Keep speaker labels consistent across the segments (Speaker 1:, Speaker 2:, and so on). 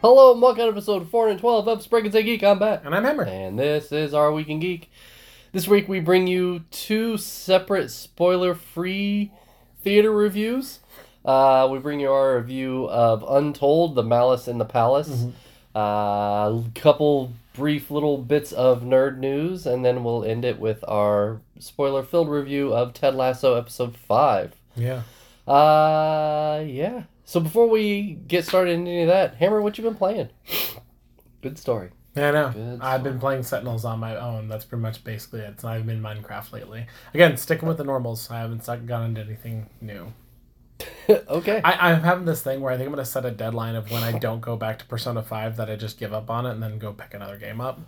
Speaker 1: Hello and welcome to episode 412 of Spring and Say Geek. I'm Bat.
Speaker 2: And I'm Emmer.
Speaker 1: And this is our Week in Geek. This week we bring you two separate spoiler free theater reviews. Uh, we bring you our review of Untold, The Malice in the Palace, a couple brief little bits of nerd news, and then we'll end it with our spoiler filled review of Ted Lasso Episode 5.
Speaker 2: Yeah.
Speaker 1: Uh, yeah. So before we get started into any of that, Hammer, what you been playing? Good story.
Speaker 2: Yeah, I know.
Speaker 1: Good
Speaker 2: I've been playing Sentinels on my own. That's pretty much basically it. So I've been Minecraft lately. Again, sticking with the normals. I haven't stuck- gone into anything new.
Speaker 1: okay.
Speaker 2: I, I'm having this thing where I think I'm going to set a deadline of when I don't go back to Persona 5 that I just give up on it and then go pick another game up.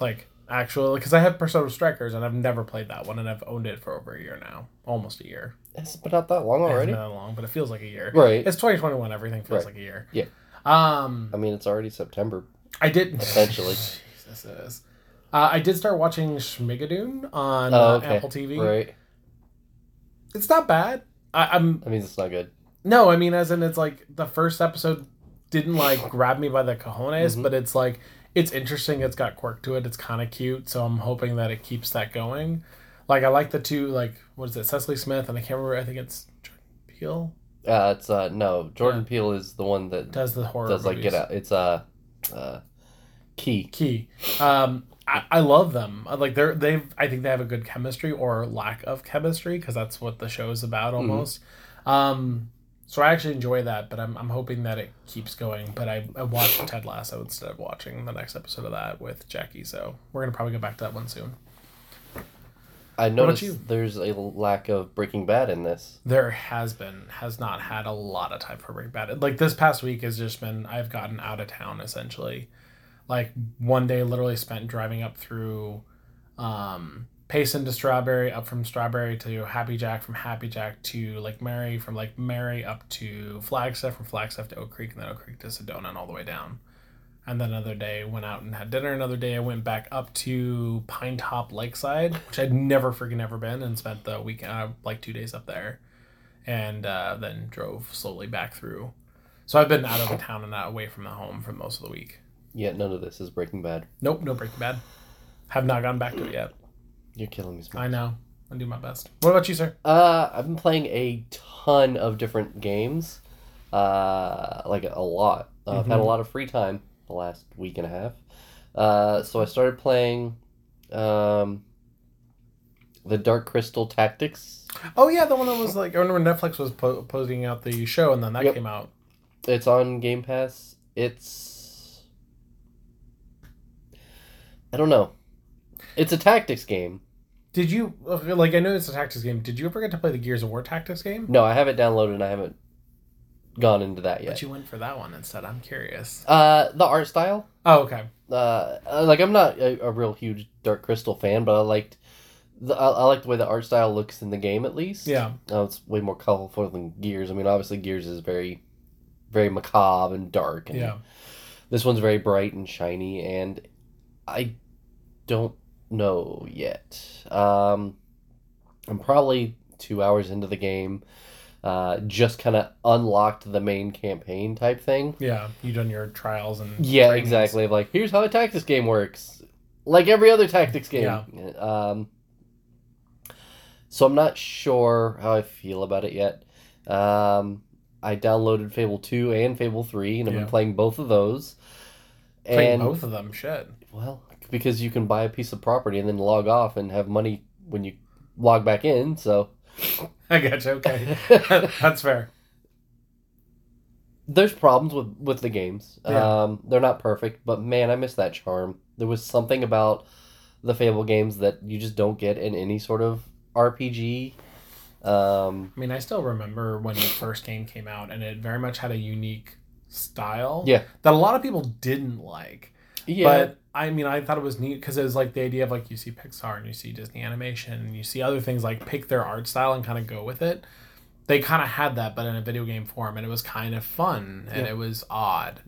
Speaker 2: Like, actually, because I have Persona Strikers and I've never played that one and I've owned it for over a year now. Almost a year.
Speaker 1: It's been out that long
Speaker 2: It
Speaker 1: already.
Speaker 2: hasn't been that long, but it feels like a year.
Speaker 1: Right.
Speaker 2: It's 2021. Everything feels
Speaker 1: Right.
Speaker 2: like a year.
Speaker 1: Yeah.
Speaker 2: Um,
Speaker 1: I mean, it's already September.
Speaker 2: I did
Speaker 1: Essentially.
Speaker 2: Jesus it is. Uh, I did start watching Schmigadoon on
Speaker 1: Oh,
Speaker 2: uh,
Speaker 1: okay.
Speaker 2: Apple TV.
Speaker 1: Right.
Speaker 2: It's not bad. I, I'm
Speaker 1: I mean, it's not good.
Speaker 2: no, I mean as in it's like the first episode didn't like grab me by the cojones,
Speaker 1: Mhm.
Speaker 2: but it's like it's interesting. It's got quirk to it. It's kind of cute. So I'm hoping that it keeps that going. Like I like the two like what is it Cecily Smith and I can't remember. I think it's Jordan Peele
Speaker 1: Uh, it's uh no. Jordan Peele is the one that does,
Speaker 2: does the horror.
Speaker 1: like
Speaker 2: movies.
Speaker 1: Get Out. It's uh, uh, Key.
Speaker 2: key. Um, I, I love them. I- Like they're they I think they have a good chemistry or lack of chemistry because that's what the show's about almost. Um, so I actually enjoy that, but I'm I'm hoping that it keeps going. But I, I watched Ted Lasso instead of watching the next episode of that with Jackie. So we're gonna probably go back to that one soon.
Speaker 1: I noticed
Speaker 2: you?
Speaker 1: there's a lack of Breaking Bad in this.
Speaker 2: There has been has not had a lot of time for Breaking Bad. Like this past week has just been I've gotten out of town essentially. Like one day literally spent driving up through um Payson to Strawberry, up from Strawberry to Happy Jack, from Happy Jack to Lake Mary, from Lake Mary up to Flagstaff, from Flagstaff to Oak Creek, and then Oak Creek to Sedona and all the way down. And then another day went out and had dinner. Another day I went back up to Pine Top Lakeside, which I'd never freaking ever been, and spent the weekend uh, like two days up there, and uh, then drove slowly back through. So I've been out of the town and out away from the home for most of the week.
Speaker 1: Yet none of this is Breaking Bad.
Speaker 2: Nope, no Breaking Bad. Have not gone back to it yet.
Speaker 1: You're killing me. Smoke.
Speaker 2: I know. I do my best. What about you, sir?
Speaker 1: Uh, I've been playing a ton of different games, uh, like a lot. Uh, I've
Speaker 2: Mm-hmm.
Speaker 1: had a lot of free time the last week and a half. Uh, so I started playing, um, the Dark Crystal Tactics.
Speaker 2: Oh yeah, the one that was like I remember Netflix was po- posting out the show, and then that
Speaker 1: Yep.
Speaker 2: came out.
Speaker 1: It's on Game Pass. It's I don't know. It's a tactics game.
Speaker 2: Did you okay, like? I know it's a tactics game. Did you ever get to play the Gears of War tactics game?
Speaker 1: No, I haven't downloaded. and I haven't gone into that
Speaker 2: But
Speaker 1: yet.
Speaker 2: you went for that one instead. I'm curious.
Speaker 1: Uh, the art style.
Speaker 2: Oh okay.
Speaker 1: uh, like I'm not a, a real huge Dark Crystal fan, but I liked the I, I like the way the art style looks in the game at least.
Speaker 2: Yeah.
Speaker 1: Uh, it's way more colorful than Gears. I mean, obviously Gears is very, very macabre and dark, and
Speaker 2: Yeah.
Speaker 1: this one's very bright and shiny. And I don't know yet. Um, I'm probably two hours into the game. Uh, just kind of unlocked the main campaign type thing.
Speaker 2: Yeah. You done your trials and
Speaker 1: Yeah,
Speaker 2: trainings.
Speaker 1: exactly. Like, here's how a tactics game works, like every other tactics game.
Speaker 2: Yeah.
Speaker 1: Um, so I'm not sure how I feel about it yet. Um, I downloaded Fable Two and Fable Three, and I've been
Speaker 2: Yeah.
Speaker 1: playing both of those.
Speaker 2: Played
Speaker 1: And
Speaker 2: both of them. Shit.
Speaker 1: well, because you can buy a piece of property and then log off and have money when you log back in. So
Speaker 2: I gotcha. Okay. That's fair.
Speaker 1: there's problems with with the games.
Speaker 2: Yeah.
Speaker 1: Um, they're not perfect, but man, I miss that charm. There was something about the Fable games that you just don't get in any sort of RPG. Um,
Speaker 2: I mean, I still remember when the first game came out, and it very much had a unique style.
Speaker 1: Yeah.
Speaker 2: That a lot of people didn't like.
Speaker 1: yeah,
Speaker 2: But I mean, I thought it was neat because it was like the idea of like you see Pixar and you see Disney animation and you see other things like pick their art style and kind of go with it. They kind of had that, but in a video game form, and it was kind of fun and
Speaker 1: Yeah.
Speaker 2: it was odd,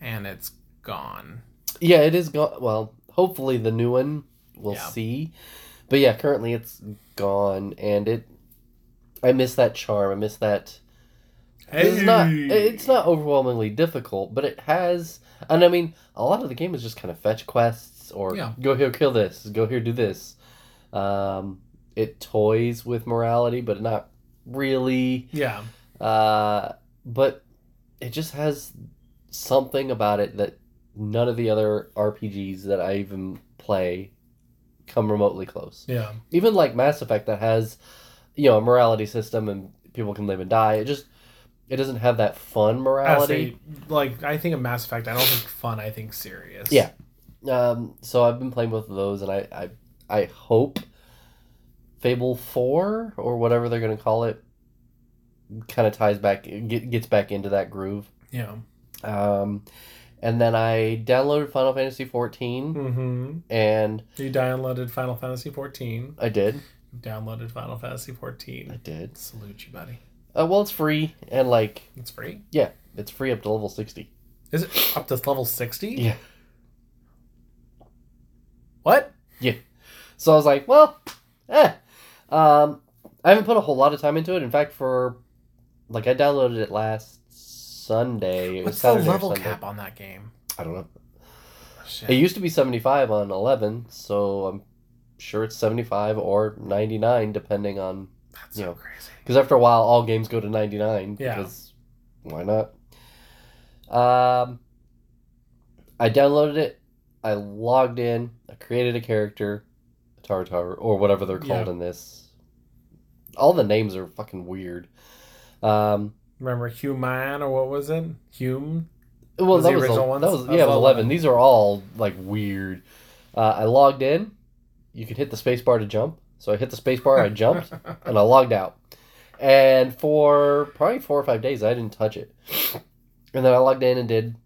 Speaker 2: and it's gone.
Speaker 1: yeah, it is gone. Well, hopefully the new one we'll
Speaker 2: Yeah.
Speaker 1: see, but yeah, currently it's gone, and it. I miss that charm. I miss that It's not it's not overwhelmingly difficult, but it has and I mean a lot of the game is just kind of fetch quests or
Speaker 2: Yeah.
Speaker 1: go here kill this, go here do this. Um, it toys with morality, but not really.
Speaker 2: Yeah.
Speaker 1: Uh, but it just has something about it that none of the other RPGs that I even play come remotely close
Speaker 2: Yeah.
Speaker 1: even like Mass Effect that has, you know, a morality system and people can live and die. It just it doesn't have that fun
Speaker 2: I
Speaker 1: morality.
Speaker 2: say, like I think of Mass Effect. I don't think fun. I think serious.
Speaker 1: Yeah. Um, so I've been playing both of those, and I I, I hope Fable Four or whatever they're gonna call it kind of ties back get, gets back into that groove.
Speaker 2: Yeah.
Speaker 1: Um, and then I downloaded Final Fantasy fourteen,
Speaker 2: Mm-hmm.
Speaker 1: and
Speaker 2: You downloaded Final Fantasy 14.
Speaker 1: I did,
Speaker 2: You downloaded Final Fantasy
Speaker 1: I
Speaker 2: 14.
Speaker 1: did.
Speaker 2: Salute you, buddy.
Speaker 1: Uh, well, it's free, and like
Speaker 2: It's free.
Speaker 1: it's free up to level sixty.
Speaker 2: Is it up to level 60?
Speaker 1: Yeah.
Speaker 2: What?
Speaker 1: So I was like, well, eh. Um, I haven't put a whole lot of time into it. In fact, for like I downloaded it last Sunday. It was
Speaker 2: What's the
Speaker 1: Saturday or
Speaker 2: level
Speaker 1: Sunday.
Speaker 2: cap on that game?
Speaker 1: I don't know.
Speaker 2: Shit.
Speaker 1: It used to be seventy five on eleven, so I'm sure it's seventy five or ninety nine, depending on
Speaker 2: That's
Speaker 1: you
Speaker 2: so
Speaker 1: know.
Speaker 2: crazy.
Speaker 1: because after a while all games go to ninety nine.
Speaker 2: Yeah.
Speaker 1: Because why not? Um, I downloaded it. I logged in. I created a character, Tartar or whatever they're called
Speaker 2: Yeah.
Speaker 1: in this. All the names are fucking weird. Um,
Speaker 2: Remember Human or what was it? Hume?
Speaker 1: well,
Speaker 2: Was
Speaker 1: that,
Speaker 2: the
Speaker 1: was
Speaker 2: original
Speaker 1: a,
Speaker 2: ones?
Speaker 1: that was
Speaker 2: That
Speaker 1: yeah, it
Speaker 2: was
Speaker 1: was
Speaker 2: 11.
Speaker 1: eleven. These are all like weird. Uh, I logged in. You could hit the space bar to jump. So I hit the space bar. I jumped. and I logged out. And for probably four or five days, I didn't touch it. And then I logged in and did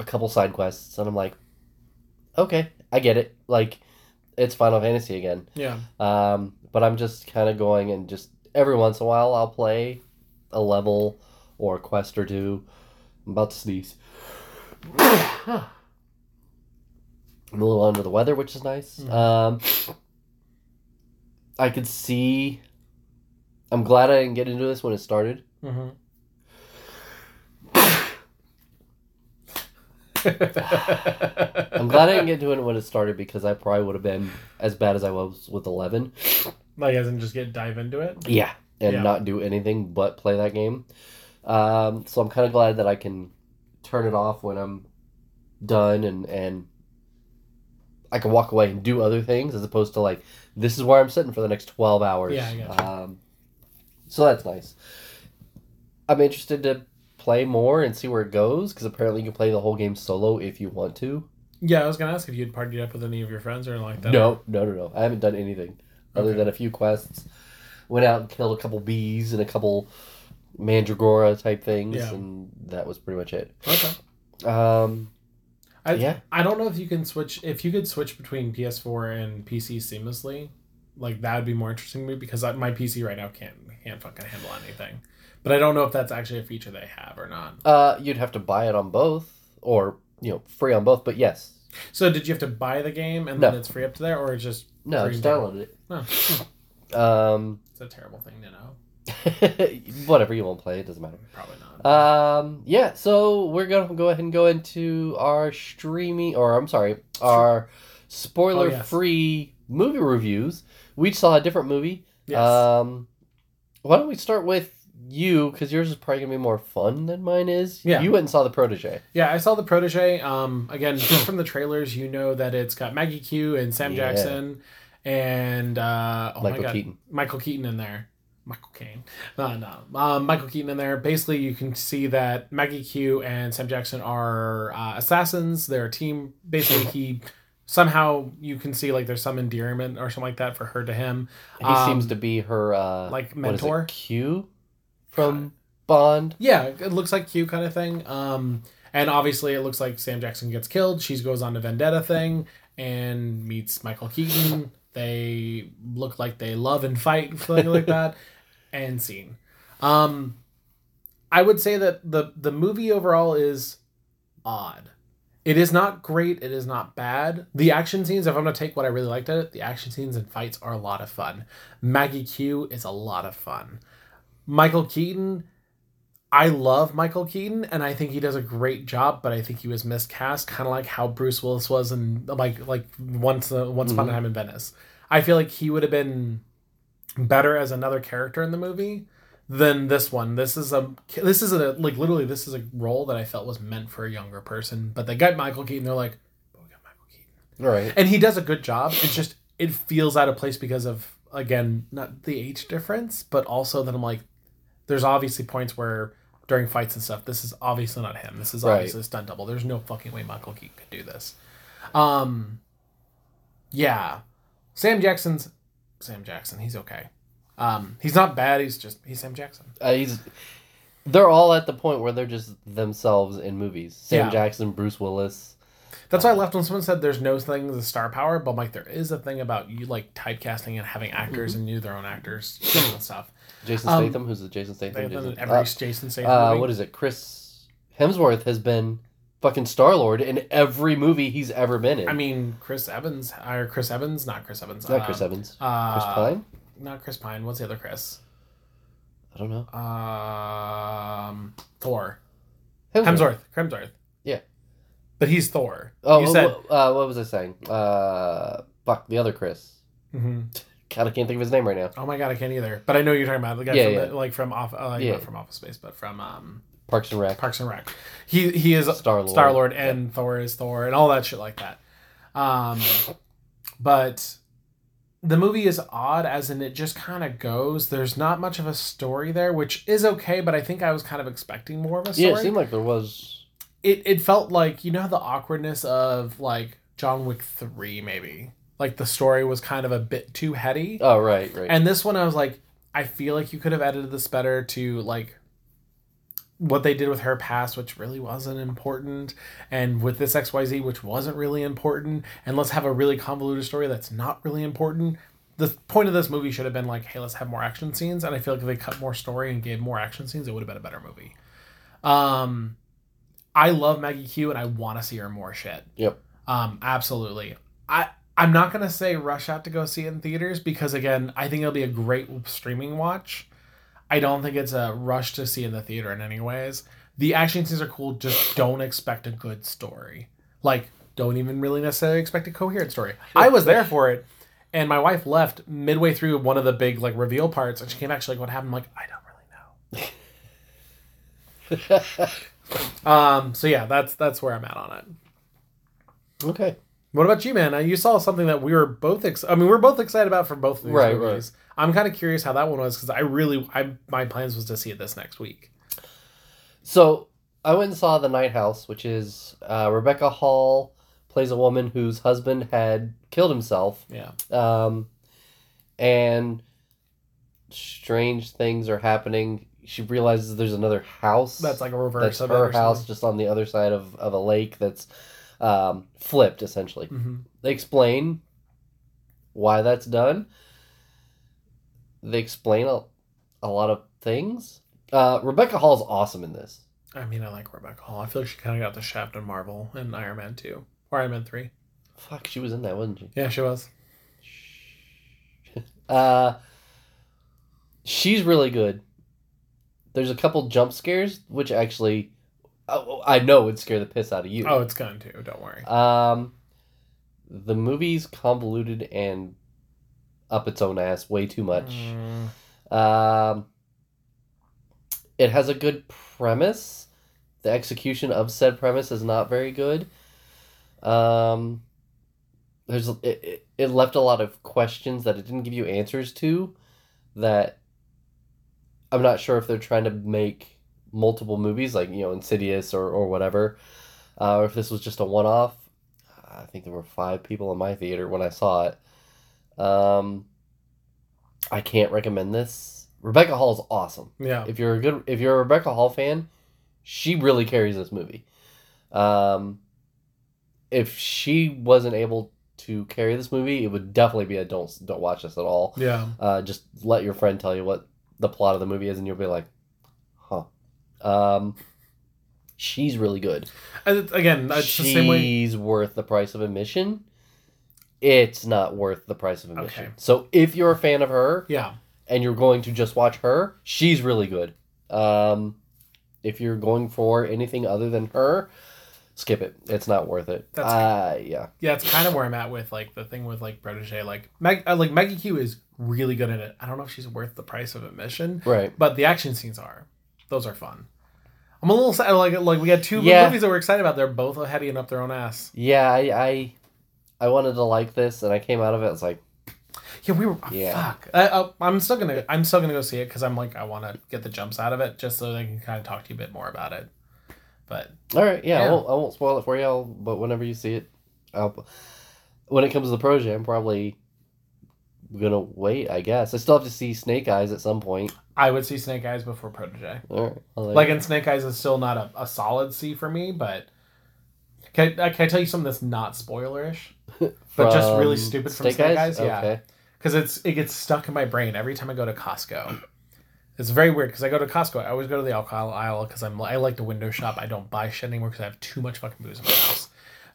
Speaker 1: a couple side quests, and I'm like, okay, I get it. Like, it's Final Fantasy again.
Speaker 2: yeah.
Speaker 1: Um, but I'm just kind of going and just every once in a while, I'll play a level or a quest or two. I'm about to sneeze. I'm a little under the weather, which is nice.
Speaker 2: Mhm.
Speaker 1: Um, I could see. I'm glad I didn't get into this when it started.
Speaker 2: Mm-hmm.
Speaker 1: I'm glad I didn't get into it when it started because I probably would have been as bad as I was with 11.
Speaker 2: Like, as in just get dive into it?
Speaker 1: Yeah. And
Speaker 2: Yeah.
Speaker 1: not do anything but play that game. Um, so I'm kind of glad that I can turn it off when I'm done and, and I can walk away and do other things as opposed to like, this is where I'm sitting for the next 12 hours.
Speaker 2: Yeah, I gotcha.
Speaker 1: um, so that's nice. I'm interested to play more and see where it goes because apparently you can play the whole game solo if you want to.
Speaker 2: Yeah, I was going to ask if you'd partied up with any of your friends or anything like that.
Speaker 1: No, no, no, no. I haven't done anything other
Speaker 2: Okay.
Speaker 1: than a few quests. Went out and killed a couple bees and a couple mandragora type things,
Speaker 2: Yeah.
Speaker 1: and that was pretty much it.
Speaker 2: Okay.
Speaker 1: Um,
Speaker 2: I-
Speaker 1: yeah,
Speaker 2: I don't know if you can switch if you could switch between PS4 and PC seamlessly. Like that would be more interesting to me because I, my PC right now can't can't fucking handle anything. But I don't know if that's actually a feature they have or not.
Speaker 1: uh, you'd have to buy it on both, or you know, free on both. But yes,
Speaker 2: So did you have to buy the game and
Speaker 1: No.
Speaker 2: then it's free up to there, or it's just
Speaker 1: no, I
Speaker 2: Free
Speaker 1: just
Speaker 2: down.
Speaker 1: downloaded it.
Speaker 2: no? It's
Speaker 1: Um,
Speaker 2: a terrible thing to know.
Speaker 1: whatever you won't play, it doesn't matter.
Speaker 2: Probably not.
Speaker 1: Um, yeah, so we're gonna go ahead and go into our streaming, or I'm sorry, our spoiler-free movie reviews. We each saw a different movie.
Speaker 2: yes.
Speaker 1: Um, why don't we start with you? Because yours is probably gonna be more fun than mine is.
Speaker 2: Yeah.
Speaker 1: You went and saw the Protege.
Speaker 2: yeah, I saw the protege. Um, again, just from the trailers, you know that it's got Maggie Q and Sam
Speaker 1: Yeah.
Speaker 2: Jackson and uh, oh my
Speaker 1: Michael
Speaker 2: god,
Speaker 1: Keaton.
Speaker 2: Michael Keaton in there. Michael Caine. No, no. Um, Michael Keaton in there. Basically, you can see that Maggie Q and Sam Jackson are uh, assassins. They're a team. Basically, he somehow you can see like there's some endearment or something like that for her to him.
Speaker 1: He
Speaker 2: Um,
Speaker 1: seems to be her uh,
Speaker 2: like
Speaker 1: what is it,
Speaker 2: mentor?
Speaker 1: Q from Bond.
Speaker 2: Yeah, it looks like Q kind of thing. Um, and obviously, it looks like Sam Jackson gets killed. She goes on a vendetta thing and meets Michael Keaton. They look like they love and fight, something like that. And scene. Um, I would say that the the movie overall is odd. It is not great. It is not bad. The action scenes, if I'm gonna take what I really liked at it, the action scenes and fights are a lot of fun. Maggie Q is a lot of fun. Michael Keaton I love Michael Keaton and I think he does a great job, but I think he was miscast, kind of like how Bruce Willis was in like like once uh, once upon a
Speaker 1: Mhm.
Speaker 2: time in Venice. I feel like he would have been better as another character in the movie than this one. This is a this is a like literally this is a role that I felt was meant for a younger person, but they got Michael Keaton. They're like, but we got Michael Keaton
Speaker 1: All right.
Speaker 2: and he does a good job. It's just it feels out of place because of again not the age difference, but also that I'm like, there's obviously points where during fights and stuff, this is obviously not him. This is
Speaker 1: Right.
Speaker 2: obviously a stunt double. There's no fucking way Michael Keaton could do this. Um, yeah, Sam Jackson's Sam Jackson. He's okay. Um, he's not bad. He's just he's Sam Jackson.
Speaker 1: Uh, he's, they're all at the point where they're just themselves in movies. Sam
Speaker 2: Yeah.
Speaker 1: Jackson, Bruce Willis.
Speaker 2: That's
Speaker 1: Oh.
Speaker 2: why I left when someone said there's no thing with star power, but I'm like, there is a thing about you like typecasting and having actors
Speaker 1: Mm-hmm.
Speaker 2: and knew their own actors and stuff.
Speaker 1: Jason
Speaker 2: Um,
Speaker 1: Statham, who's the Jason
Speaker 2: They
Speaker 1: Statham?
Speaker 2: have done
Speaker 1: Jason,
Speaker 2: every Jason
Speaker 1: uh,
Speaker 2: Statham
Speaker 1: uh,
Speaker 2: movie.
Speaker 1: what is it? Chris Hemsworth has been fucking Star Lord in every movie he's ever been in.
Speaker 2: I mean, Chris Evans or Chris Evans, not Chris Evans.
Speaker 1: not Chris
Speaker 2: um,
Speaker 1: Evans.
Speaker 2: Uh,
Speaker 1: Chris Pine?
Speaker 2: Not Chris Pine. What's the other Chris?
Speaker 1: I don't know.
Speaker 2: Um, Thor. Hemsworth. Hemsworth.
Speaker 1: Yeah.
Speaker 2: But he's Thor.
Speaker 1: Oh,
Speaker 2: you
Speaker 1: wh-
Speaker 2: said.
Speaker 1: wh- uh, what was I saying? Uh, fuck, the other Chris. mm-hmm.
Speaker 2: Mhm.
Speaker 1: God, I can't think of his name right now.
Speaker 2: Oh my god, I can't either. But I know who you're talking about the guy
Speaker 1: Yeah,
Speaker 2: from
Speaker 1: yeah.
Speaker 2: The, like from off, uh, like,
Speaker 1: Yeah.
Speaker 2: not from Office Space, but from um,
Speaker 1: Parks and Rec.
Speaker 2: Parks and Rec. He he is
Speaker 1: Star Lord.
Speaker 2: Star Lord and Thor is Thor and all that shit like that. Um, but the movie is odd, as in it just kind of goes. There's not much of a story there, which is okay, but I think I was kind of expecting more of a story.
Speaker 1: Yeah, it seemed like there was.
Speaker 2: it, it felt like, you know, how the awkwardness of like John Wick 3, maybe. Like the story was kind of a bit too heady.
Speaker 1: Oh, right, right.
Speaker 2: And this one, I was like, I feel like you could have edited this better to like what they did with her past, which really wasn't important, and with this XYZ, which wasn't really important, and let's have a really convoluted story that's not really important. The point of this movie should have been like, hey, let's have more action scenes, and I feel like if they cut more story and gave more action scenes, it would have been a better movie. Um, I love Maggie Q, and I want to see her more shit.
Speaker 1: Yep.
Speaker 2: Um, absolutely. I I'm not gonna say rush out to go see it in theaters because again, I think it'll be a great streaming watch. I don't think it's a rush to see in the theater in any ways. The action scenes are cool. Just don't expect a good story. Like, don't even really necessarily expect a coherent story. I was there for it, and my wife left midway through one of the big like reveal parts, and she came back. She's like, "What happened?" I'm like, I don't really know. Um. So yeah, that's that's where I'm at on it.
Speaker 1: okay.
Speaker 2: What about you, man? Uh, You saw something that we were both. Ex- I mean, we are both excited about for both of these
Speaker 1: Right,
Speaker 2: movies. I'm kind of curious how that one was because I really, I my plans was to see it this next week.
Speaker 1: So I went and saw The Night House, which is uh, Rebecca Hall plays a woman whose husband had killed himself,
Speaker 2: Yeah,
Speaker 1: um, and strange things are happening. She realizes there's another house
Speaker 2: that's like a reverse
Speaker 1: that's
Speaker 2: of
Speaker 1: her
Speaker 2: it
Speaker 1: house just on the other side of, of a lake that's um, flipped essentially.
Speaker 2: Mm-hmm.
Speaker 1: They explain why that's done. They explain a, a lot of things. Uh, Rebecca Hall's awesome in this.
Speaker 2: I mean, I like Rebecca Hall. I feel like she kind of got the shaft in Marvel and Iron Man two or Iron Man three.
Speaker 1: Fuck, she was in that, wasn't she?
Speaker 2: Yeah, she was.
Speaker 1: Uh, she's really good. There's a couple jump scares, which actually I, I know would scare the piss out of you.
Speaker 2: Oh, it's gone too. Don't worry.
Speaker 1: Um, the movie's convoluted and up its own ass way too much.
Speaker 2: Mm,
Speaker 1: Um, it has a good premise. The execution of said premise is not very good. Um, there's it, it, it left a lot of questions that it didn't give you answers to. That I'm not sure if they're trying to make multiple movies like you know Insidious or or whatever, uh, or if this was just a one off. I think there were five people in my theater when I saw it. Um, I can't recommend this. Rebecca Hall's awesome.
Speaker 2: yeah,
Speaker 1: If you're a good if you're a Rebecca Hall fan, she really carries this movie. Um if she wasn't able to carry this movie, it would definitely be a don't don't watch this at all.
Speaker 2: yeah.
Speaker 1: Uh just let your friend tell you what the plot of the movie is and you'll be like, "Huh." Um she's really good.
Speaker 2: And it's- again, it's the same way.
Speaker 1: She's worth the price of admission. It's not worth the price of admission.
Speaker 2: Okay.
Speaker 1: So if you're a fan of her,
Speaker 2: Yeah,
Speaker 1: and you're going to just watch her, she's really good. Um, if you're going for anything other than her, skip it. It's not worth it.
Speaker 2: That's-
Speaker 1: uh, yeah.
Speaker 2: Yeah, it's kind of where I'm at with like the thing with like Protege. Like Meg, uh, like Maggie Q is really good at it. I don't know if she's worth the price of admission,
Speaker 1: Right.
Speaker 2: but the action scenes are. Those are fun. I'm a little sad. Like like we had two
Speaker 1: Yeah.
Speaker 2: movies that we're excited about. They're both heading up their own ass.
Speaker 1: Yeah, I, I I wanted to like this and I came out of it I was like,
Speaker 2: Yeah, we were. oh,
Speaker 1: Yeah.
Speaker 2: Fuck. I, I, I'm still gonna. I'm still gonna go see it because I'm like I want to get the jumps out of it just so that I can kind of talk to you a bit more about it. But
Speaker 1: all right, yeah, I
Speaker 2: Yeah.
Speaker 1: won't I won't spoil it for you, I'll, but whenever you see it, I'll when it comes to the Proje, I'm probably gonna wait, I guess. I still have to see Snake Eyes at some point.
Speaker 2: I would see Snake Eyes before Protege.
Speaker 1: All right. I'll let
Speaker 2: Like,
Speaker 1: you-
Speaker 2: and Snake Eyes is still not a, a solid C for me, but can, I- can I tell you something that's not spoilerish? but just really stupid from Snake Eyes? Yeah.
Speaker 1: Okay.
Speaker 2: Because it's it gets stuck in my brain every time I go to Costco. It's very weird because I go to Costco. I always go to the alcohol aisle because I'm I like to window shop. I don't buy shit anymore because I have too much fucking booze in my house.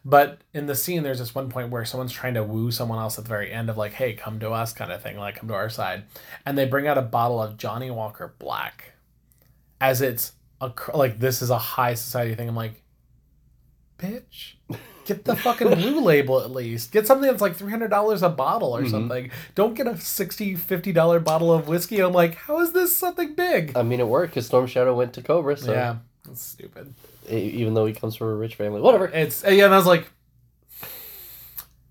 Speaker 2: But in the scene, there's this one point where someone's trying to woo someone else at the very end of like, "Hey, come to us," kind of thing, like "Come to our side," and they bring out a bottle of Johnny Walker Black, as it's a cr- like this is a high society thing. I'm like, bitch, get the fucking blue label at least. Get something that's like three hundred dollars a bottle or
Speaker 1: Mhm.
Speaker 2: something. Don't get a 60 fifty dollar bottle of whiskey. I'm like, how is this something big?
Speaker 1: I mean, it worked because Storm Shadow went to Cobra, so
Speaker 2: yeah, that's stupid.
Speaker 1: e- even though he comes from a rich family, whatever.
Speaker 2: It's yeah, and I was like,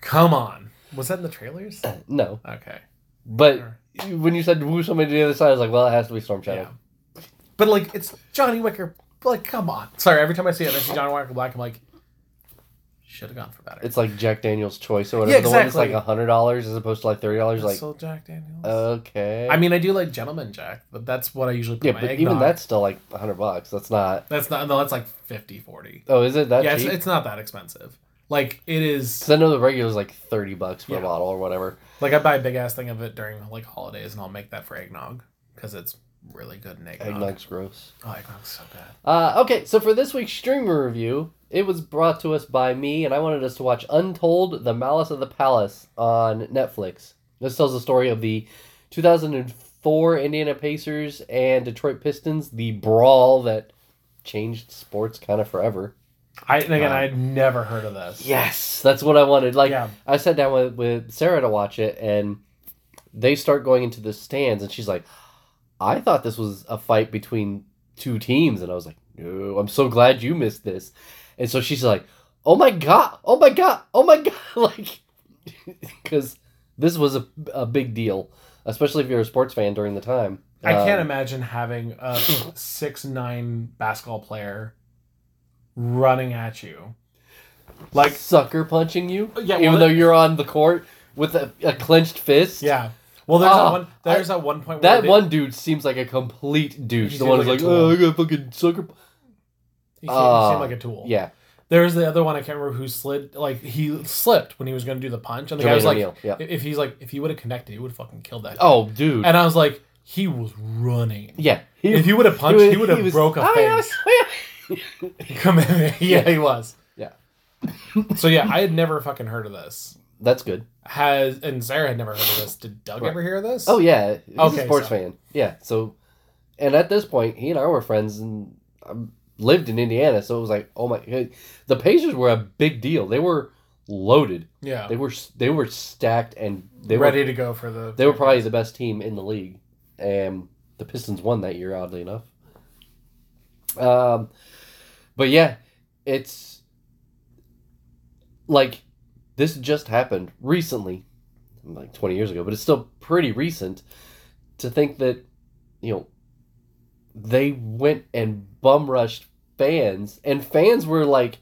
Speaker 2: come on. Was that in the trailers?
Speaker 1: No,
Speaker 2: Okay.
Speaker 1: but
Speaker 2: Sure.
Speaker 1: when you said woo somebody to the other side, I was like, well, it has to be Storm Shadow.
Speaker 2: Yeah. But like it's Johnny Wicker. Like, come on. Sorry, every time I see it, I see Johnny Wicker Black, I'm like, should have gone for better.
Speaker 1: It's like Jack Daniel's choice or whatever.
Speaker 2: Yeah,
Speaker 1: The one that's like
Speaker 2: exactly.
Speaker 1: hundred dollars as opposed to like thirty dollars. Like uh,
Speaker 2: Still Jack Daniels.
Speaker 1: okay,
Speaker 2: I mean, I do like Gentleman Jack, but that's what I usually put
Speaker 1: yeah,
Speaker 2: my
Speaker 1: but
Speaker 2: egg
Speaker 1: even
Speaker 2: on.
Speaker 1: that's still like hundred bucks. That's not.
Speaker 2: That's not no, that's like 50 40.
Speaker 1: Oh, is it that
Speaker 2: yeah, it's,
Speaker 1: cheap?
Speaker 2: it's not that expensive. Like it is
Speaker 1: 'Cause I know the regular is like thirty bucks for a
Speaker 2: Yeah.
Speaker 1: bottle or whatever.
Speaker 2: like I buy a big ass thing of it during like holidays and I'll make that for eggnog cuz it's really good in eggnog.
Speaker 1: Eggnog's gross.
Speaker 2: Oh, eggnog's so good.
Speaker 1: Uh, okay, so for this week's streamer review, it was brought to us by me, and I wanted us to watch Untold The Malice of the Palace on Netflix. This tells the story of the 2004 Indiana Pacers and Detroit Pistons, the brawl that changed sports kind of forever.
Speaker 2: I and again,
Speaker 1: Wow.
Speaker 2: I'd never heard of this.
Speaker 1: Yes, that's what I wanted. Um, Like,
Speaker 2: yeah.
Speaker 1: I sat down with, with Sarah to watch it, and they start going into the stands, and she's like, I thought this was a fight between two teams. And I was like, no, I'm so glad you missed this. And so she's like, oh my God, oh my God, oh my God. Like, because this was a, a big deal, especially if you're a sports fan during the time.
Speaker 2: I can't
Speaker 1: Um,
Speaker 2: imagine having a six nine basketball player running at you. Like,
Speaker 1: Um, sucker punching you,
Speaker 2: Yeah,
Speaker 1: even
Speaker 2: well,
Speaker 1: though you're on the court with a, a clenched fist.
Speaker 2: yeah. Well, there's
Speaker 1: Oh,
Speaker 2: that one. There's that one point where
Speaker 1: That
Speaker 2: they-
Speaker 1: one dude seems like a complete douche.
Speaker 2: He
Speaker 1: The
Speaker 2: seems
Speaker 1: one who's
Speaker 2: like
Speaker 1: like,
Speaker 2: a
Speaker 1: oh, I got fucking sucker. pu-"
Speaker 2: He seemed,
Speaker 1: uh,
Speaker 2: seemed like a tool.
Speaker 1: Yeah,
Speaker 2: There's the other one I can't remember who slid. Like he slipped when he was going to do the punch, and the guy
Speaker 1: Jermaine
Speaker 2: was like,
Speaker 1: O'Neal, yeah.
Speaker 2: "If he's like, if he would have connected, he would have fucking killed that."
Speaker 1: Oh, dude.
Speaker 2: And I was like, he was running.
Speaker 1: yeah. He,
Speaker 2: If he would have punched,
Speaker 1: was-
Speaker 2: he would have
Speaker 1: was-
Speaker 2: broke a
Speaker 1: Oh, yeah,
Speaker 2: face.
Speaker 1: oh,
Speaker 2: Come in. yeah, he was.
Speaker 1: Yeah.
Speaker 2: so yeah, I had never fucking heard of this.
Speaker 1: yeah. That's good.
Speaker 2: Has and Sarah had never heard of this. Did Doug
Speaker 1: Right.
Speaker 2: ever hear of this?
Speaker 1: Oh yeah, he's a
Speaker 2: Okay,
Speaker 1: sports
Speaker 2: so-
Speaker 1: fan. Yeah. So, and at this point, he and I were friends and um, lived in Indiana. So it was like, oh my, the Pacers were a big deal. They were loaded.
Speaker 2: yeah.
Speaker 1: They were they were stacked and they
Speaker 2: ready
Speaker 1: were
Speaker 2: to go for the.
Speaker 1: they were probably the best team in the league. And the Pistons won that year, oddly enough. Um, but yeah, it's like this just happened recently, like 20 years ago, but it's still pretty recent to think that, you know, they went and bum rushed fans, and fans were like,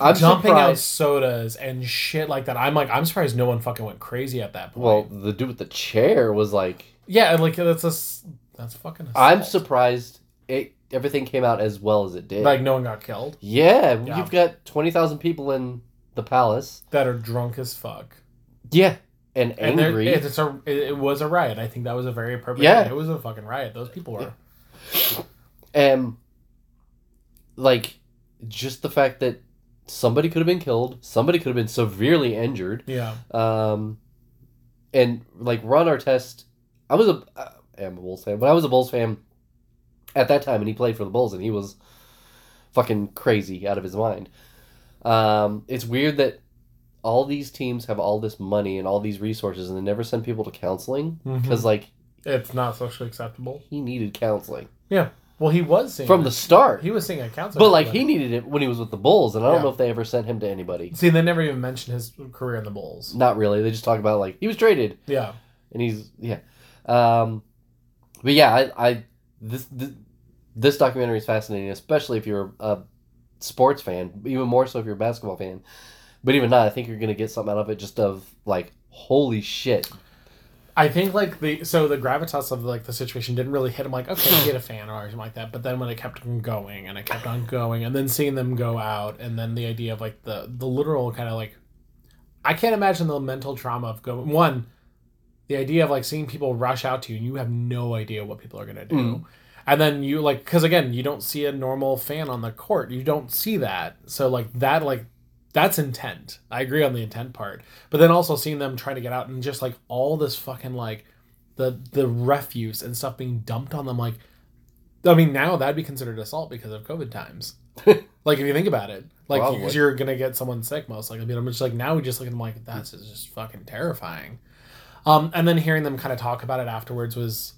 Speaker 1: I'm
Speaker 2: dumping out
Speaker 1: surprised.
Speaker 2: sodas and shit like that. I'm like, I'm surprised no one fucking went crazy at that point.
Speaker 1: Well, the dude with the chair was like,
Speaker 2: yeah, and, like that's a s- that's fucking.
Speaker 1: I'm
Speaker 2: assault.
Speaker 1: surprised it everything came out as well as it did.
Speaker 2: like no one got killed
Speaker 1: yeah,
Speaker 2: Yeah.
Speaker 1: you've got twenty thousand people in the palace.
Speaker 2: that are drunk as fuck.
Speaker 1: Yeah, and
Speaker 2: And they're-
Speaker 1: angry.
Speaker 2: it's a it, it was a riot. I think that was a very appropriate.
Speaker 1: Yeah.
Speaker 2: it was a fucking riot. Those people were.
Speaker 1: and like just the fact that somebody could have been killed, somebody could have been severely injured.
Speaker 2: Yeah,
Speaker 1: Um, uh, and like Ron Artest, I was a I am a Bulls fan, but I was a Bulls fan at that time, and he played for the Bulls, and he was fucking crazy out of his mind. Um, it's weird that all these teams have all this money and all these resources, and they never send people to counseling
Speaker 2: Mm-hmm.
Speaker 1: because, like,
Speaker 2: It's not socially acceptable.
Speaker 1: he needed counseling
Speaker 2: Yeah. Well, he was seeing
Speaker 1: from the start.
Speaker 2: he was seeing a counselor,
Speaker 1: But like he needed it when he was with the Bulls, and I don't
Speaker 2: Yeah.
Speaker 1: know if they ever sent him to anybody.
Speaker 2: See, they never even mentioned his career in the Bulls.
Speaker 1: Not really. They just talk about like he was traded.
Speaker 2: Yeah,
Speaker 1: and he's yeah um but yeah i, I this, this this documentary is fascinating especially if you're a sports fan even more so if you're a basketball fan but even not i think you're gonna get something out of it just of like holy shit
Speaker 2: I think like the so the gravitas of like the situation didn't really hit him. Like, okay, get a fan or something like that. But then when it kept on going and it kept on going, and then seeing them go out, and then the idea of like the the literal kind of like, I can't imagine the mental trauma of going one. The idea of like seeing people rush out to you and you have no idea what people are gonna do,
Speaker 1: Mm.
Speaker 2: and then you like because again you don't see a normal fan on the court. You don't see that, so like that like that's intent. I agree on the intent part. But then also seeing them trying to get out and just like all this fucking like the the refuse and stuff being dumped on them like I mean now that'd be considered assault because of COVID times. like if you think about it. Like
Speaker 1: Probably.
Speaker 2: because you're gonna get someone sick most likely. But I'm just like now we just look at them like that's just fucking terrifying. Um and then hearing them kind of talk about it afterwards was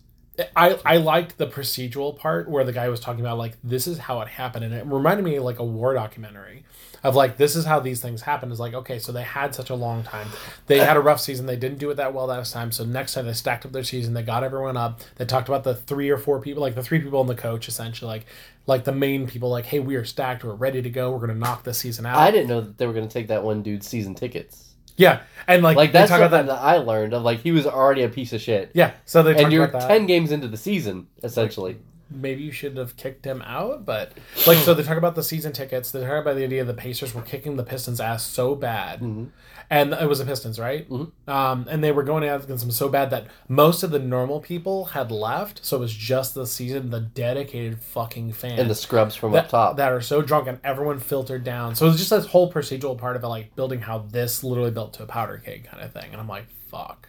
Speaker 2: I, I liked the procedural part where the guy was talking about like this is how it happened and it reminded me of, like a war documentary of like this is how these things happen is like okay so they had such a long time they had a rough season they didn't do it that well last time so next time they stacked up their season they got everyone up they talked about the three or four people like the three people and the coach essentially like like the main people like hey we are stacked we're ready to go we're gonna knock this season out
Speaker 1: i didn't know that they were gonna take that one dude's season tickets
Speaker 2: yeah and like,
Speaker 1: like
Speaker 2: they
Speaker 1: that's
Speaker 2: talk
Speaker 1: something
Speaker 2: about
Speaker 1: that.
Speaker 2: that
Speaker 1: i learned of like he was already a piece of shit
Speaker 2: yeah so they
Speaker 1: and
Speaker 2: talked
Speaker 1: you're
Speaker 2: about that.
Speaker 1: 10 games into the season essentially
Speaker 2: maybe you should have kicked him out, but like so they talk about the season tickets, they talk about the idea the Pacers were kicking the Pistons ass so bad. And it was the Pistons, right? Mm-hmm. Um, and they were going out against them so bad that most of the normal people had left, so it was just the season, the dedicated fucking fans
Speaker 1: and the scrubs from
Speaker 2: that,
Speaker 1: up top
Speaker 2: that are so drunk and everyone filtered down. So it was just this whole procedural part of it, like building how this literally built to a powder keg kind of thing. And I'm like, fuck.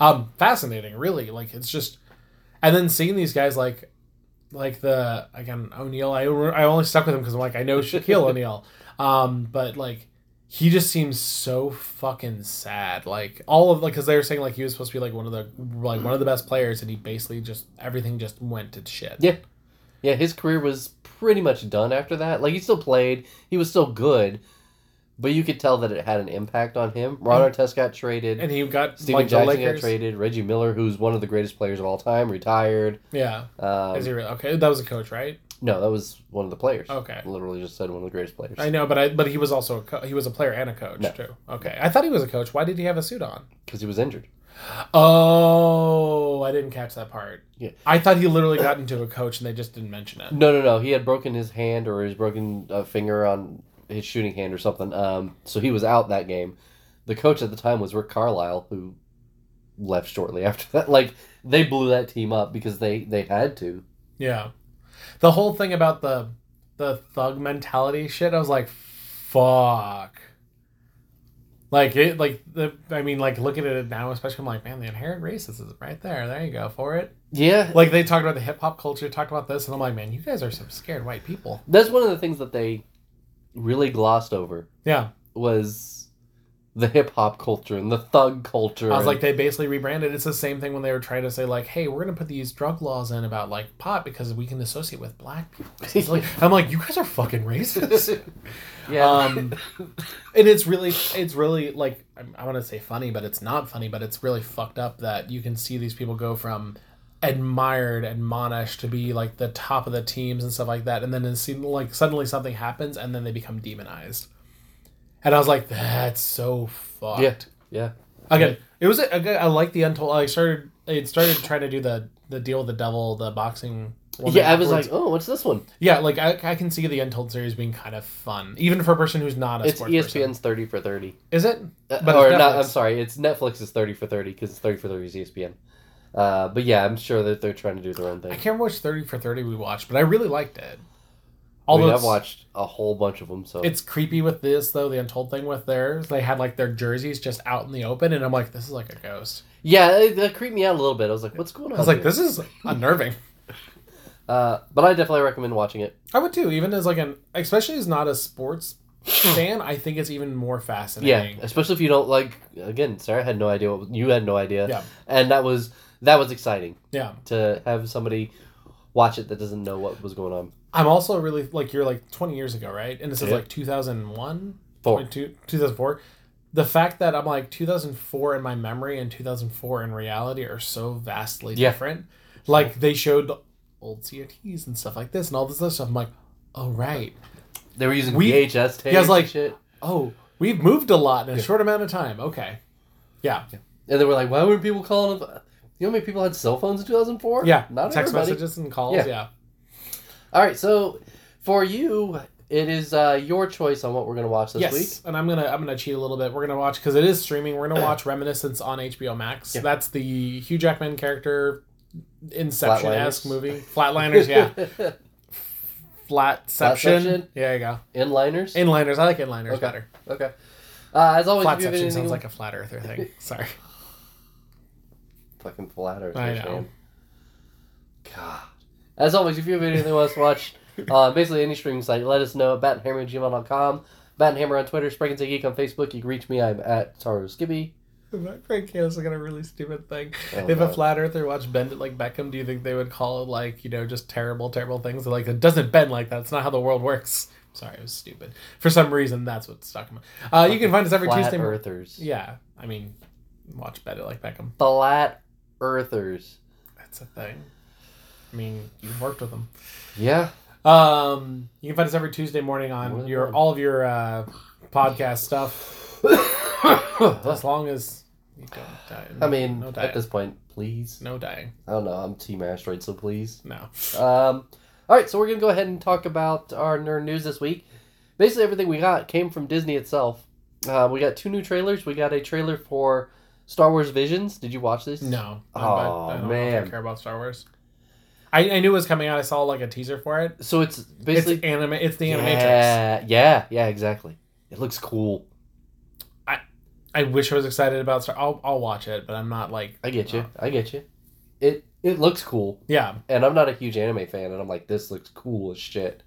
Speaker 2: Um, fascinating, really. Like it's just, and then seeing these guys like, like the again O'Neal. I I only stuck with him because I'm like I know Shaquille O'Neal. Um, but like he just seems so fucking sad. Like all of like because they were saying like he was supposed to be like one of the like one of the best players, and he basically just everything just went to shit.
Speaker 1: Yeah. Yeah, his career was pretty much done after that. Like he still played, he was still good, but you could tell that it had an impact on him. Ron Artest got traded,
Speaker 2: And he got
Speaker 1: Steven
Speaker 2: like the
Speaker 1: Jackson got
Speaker 2: Lakers.
Speaker 1: traded, Reggie Miller, who's one of the greatest players of all time, retired.
Speaker 2: Yeah.
Speaker 1: Um,
Speaker 2: Is he really? Okay, that was a coach, right?
Speaker 1: no, that was one of the players.
Speaker 2: Okay.
Speaker 1: literally just said one of the greatest players.
Speaker 2: I know, but I but he was also a co- he was a player and a coach
Speaker 1: No.
Speaker 2: too. Okay, I thought he was a coach. Why did he have a suit on?
Speaker 1: because he was injured.
Speaker 2: Oh, I didn't catch that part.
Speaker 1: Yeah.
Speaker 2: I thought he literally got into a coach and they just didn't mention it.
Speaker 1: No, no, no. He had broken his hand or his broken uh, finger on his shooting hand or something. Um, so he was out that game. The coach at the time was Rick Carlisle, who left shortly after that. Like they blew that team up because they they had to.
Speaker 2: Yeah, the whole thing about the the thug mentality shit. I was like, fuck. Like it, like the. I mean, like looking at it now, especially, I'm like, man, the inherent racism right there. There you go for it.
Speaker 1: Yeah,
Speaker 2: Like they talked about the hip hop culture, talked about this, and I'm like, man, you guys are some scared white people.
Speaker 1: that's one of the things that they really glossed over
Speaker 2: Yeah.
Speaker 1: was the hip hop culture and the thug culture.
Speaker 2: I was
Speaker 1: and-
Speaker 2: like, they basically rebranded. It's the same thing when they were trying to say like, hey, we're gonna put these drug laws in about like pot because we can associate with black people. It's like- I'm like, you guys are fucking racist.
Speaker 1: yeah,
Speaker 2: um, and it's really, it's really like I'm- I want to say funny, but it's not funny, but it's really fucked up that you can see these people go from admired, admonished to be like the top of the teams and stuff like that, and then it seem- like suddenly something happens and then they become demonized. And I was like, that's so fucked.
Speaker 1: yeah, yeah.
Speaker 2: Again, it was a- again, I like the untold. I started. It started trying to do the the deal with the devil, the boxing. one
Speaker 1: Yeah, I was
Speaker 2: afterwards.
Speaker 1: like, oh, what's this one?
Speaker 2: yeah, like I, I can see the untold series being kind of fun, even for a person who's not a
Speaker 1: It's E
Speaker 2: sports
Speaker 1: ESPN's
Speaker 2: person.
Speaker 1: thirty for thirty.
Speaker 2: Is it?
Speaker 1: Uh,
Speaker 2: But
Speaker 1: or
Speaker 2: it's
Speaker 1: not, I'm
Speaker 2: Netflix.
Speaker 1: sorry, it's Netflix is 30 for 30 because 30 for 30 is E ESPN. Uh, but yeah, I'm sure that they're trying to do their own
Speaker 2: I
Speaker 1: thing.
Speaker 2: can't remember which thirty for thirty we watched, but I really liked it.
Speaker 1: I mean,
Speaker 2: Although
Speaker 1: I've
Speaker 2: it's,
Speaker 1: watched a whole bunch of them, so
Speaker 2: it's creepy with this though, the untold thing with theirs. They had like their jerseys just out in the open, and I'm like, this is like a ghost.
Speaker 1: yeah, it, that creeped me out a little bit. I was like, "What's going on?"
Speaker 2: I was like,
Speaker 1: here?
Speaker 2: this is unnerving.
Speaker 1: Uh, but I definitely recommend watching it.
Speaker 2: I would too, even as like an especially as not a sports fan, I think it's even more
Speaker 1: Yeah,
Speaker 2: fascinating.
Speaker 1: especially if you don't like. Again, Sarah had no idea. What, you had no idea.
Speaker 2: Yeah.
Speaker 1: and that was that was exciting
Speaker 2: Yeah.
Speaker 1: to have somebody watch it that doesn't know what was going on.
Speaker 2: I'm also really like you're like 20 years ago, right? And this is
Speaker 1: Yeah.
Speaker 2: like 2001,
Speaker 1: Four.
Speaker 2: 22 2004. The fact that I'm like 2004 in my memory and 2004 in reality are so vastly
Speaker 1: Yeah.
Speaker 2: different. Like they showed old CRTs and stuff like this and all this other stuff. I'm like, oh right,
Speaker 1: They were using
Speaker 2: We-
Speaker 1: VHS tapes.
Speaker 2: Yeah, it's like-
Speaker 1: and shit.
Speaker 2: oh we've moved a lot in a short amount of time. Okay, yeah,
Speaker 1: And they were like, why weren't people calling? Up? You know how many people had cell phones in 2004?
Speaker 2: yeah.
Speaker 1: Not
Speaker 2: Text
Speaker 1: everybody.
Speaker 2: messages and calls.
Speaker 1: Yeah.
Speaker 2: yeah.
Speaker 1: All right, so for you, it is uh, your choice on what we're going to watch this
Speaker 2: yes,
Speaker 1: week.
Speaker 2: and I'm gonna I'm gonna cheat a little bit. We're gonna watch because it is streaming. We're gonna watch Reminiscence on HBO Max.
Speaker 1: Uh-huh. Yeah.
Speaker 2: That's the Hugh Jackman character, Inception esque
Speaker 1: Flatliners.
Speaker 2: movie. Flatliners, yeah. Flatception.
Speaker 1: Flatception?
Speaker 2: Yeah, you go.
Speaker 1: Inliners.
Speaker 2: Inliners. I like inliners
Speaker 1: Okay.
Speaker 2: better.
Speaker 1: okay. Uh, as always, if you have
Speaker 2: Flatception
Speaker 1: anything,
Speaker 2: sounds like a flat earther thing. Sorry.
Speaker 1: fucking flat Earth.
Speaker 2: I
Speaker 1: man.
Speaker 2: know.
Speaker 1: God. As always, if you have anything you want us to watch, uh, basically any streaming site, let us know at battenhammer at gmail.com. Battenhammer on Twitter, Spragans Geek on Facebook. You can reach me. I'm at Taro Skippy.
Speaker 2: My friend Kayla's like a really stupid thing.
Speaker 1: Oh,
Speaker 2: if
Speaker 1: no.
Speaker 2: a flat earther watched Bend It Like Beckham, do you think they would call it like, you know, just terrible, terrible things? They're like, it doesn't bend like that. It's not how the world works. Sorry, it was stupid. For some reason, that's what's stuck in my Uh, you can find us every
Speaker 1: flat
Speaker 2: Tuesday. morning.
Speaker 1: Earthers.
Speaker 2: Yeah, I mean, watch Bend It Like Beckham.
Speaker 1: Flat Earthers.
Speaker 2: That's a thing. I mean, you've worked with them.
Speaker 1: Yeah.
Speaker 2: Um, you can find us every Tuesday morning
Speaker 1: More than
Speaker 2: on your
Speaker 1: one.
Speaker 2: all of your uh, podcast stuff,
Speaker 1: I
Speaker 2: as long as you don't die.
Speaker 1: mean,
Speaker 2: no dying.
Speaker 1: at this point, please.
Speaker 2: no dying.
Speaker 1: I don't know. I'm Team Asteroid, so please.
Speaker 2: No.
Speaker 1: Um, all right, so we're gonna go ahead and talk about our nerd news this week. Basically, everything we got came from Disney itself. Uh, we got two new trailers. We got a trailer for Star Wars Visions. Did you watch this?
Speaker 2: No. I-
Speaker 1: Aw,
Speaker 2: I, I don't know if
Speaker 1: man.
Speaker 2: I care about Star Wars. I, I knew it was coming out. I saw like a teaser for it.
Speaker 1: So it's basically
Speaker 2: it's anime. It's the Animatrix.
Speaker 1: yeah, yeah, yeah, exactly. It looks cool.
Speaker 2: I wish I was excited about Star. I'll I'll watch it, but I'm not like
Speaker 1: I get you. I get you. It it looks cool,
Speaker 2: yeah.
Speaker 1: and I'm not a huge anime fan, and I'm like, this looks cool as shit.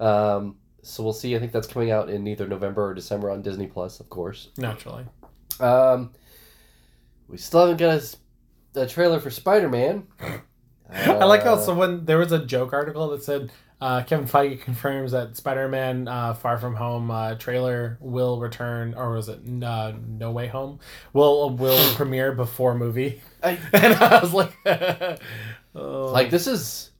Speaker 1: Um, so we'll see. I think that's coming out in either November or December on Disney Plus, of course.
Speaker 2: Naturally,
Speaker 1: Um, we still haven't got a s- a, trailer for Spider Man.
Speaker 2: I like
Speaker 1: Uh,
Speaker 2: how someone there was a joke article that said uh, Kevin Feige confirms that Spider-Man uh, Far From Home uh, trailer will return, or was it uh, No Way Home? Will will premiere before movie?
Speaker 1: I,
Speaker 2: And I was like, oh.
Speaker 1: Uh, like this is.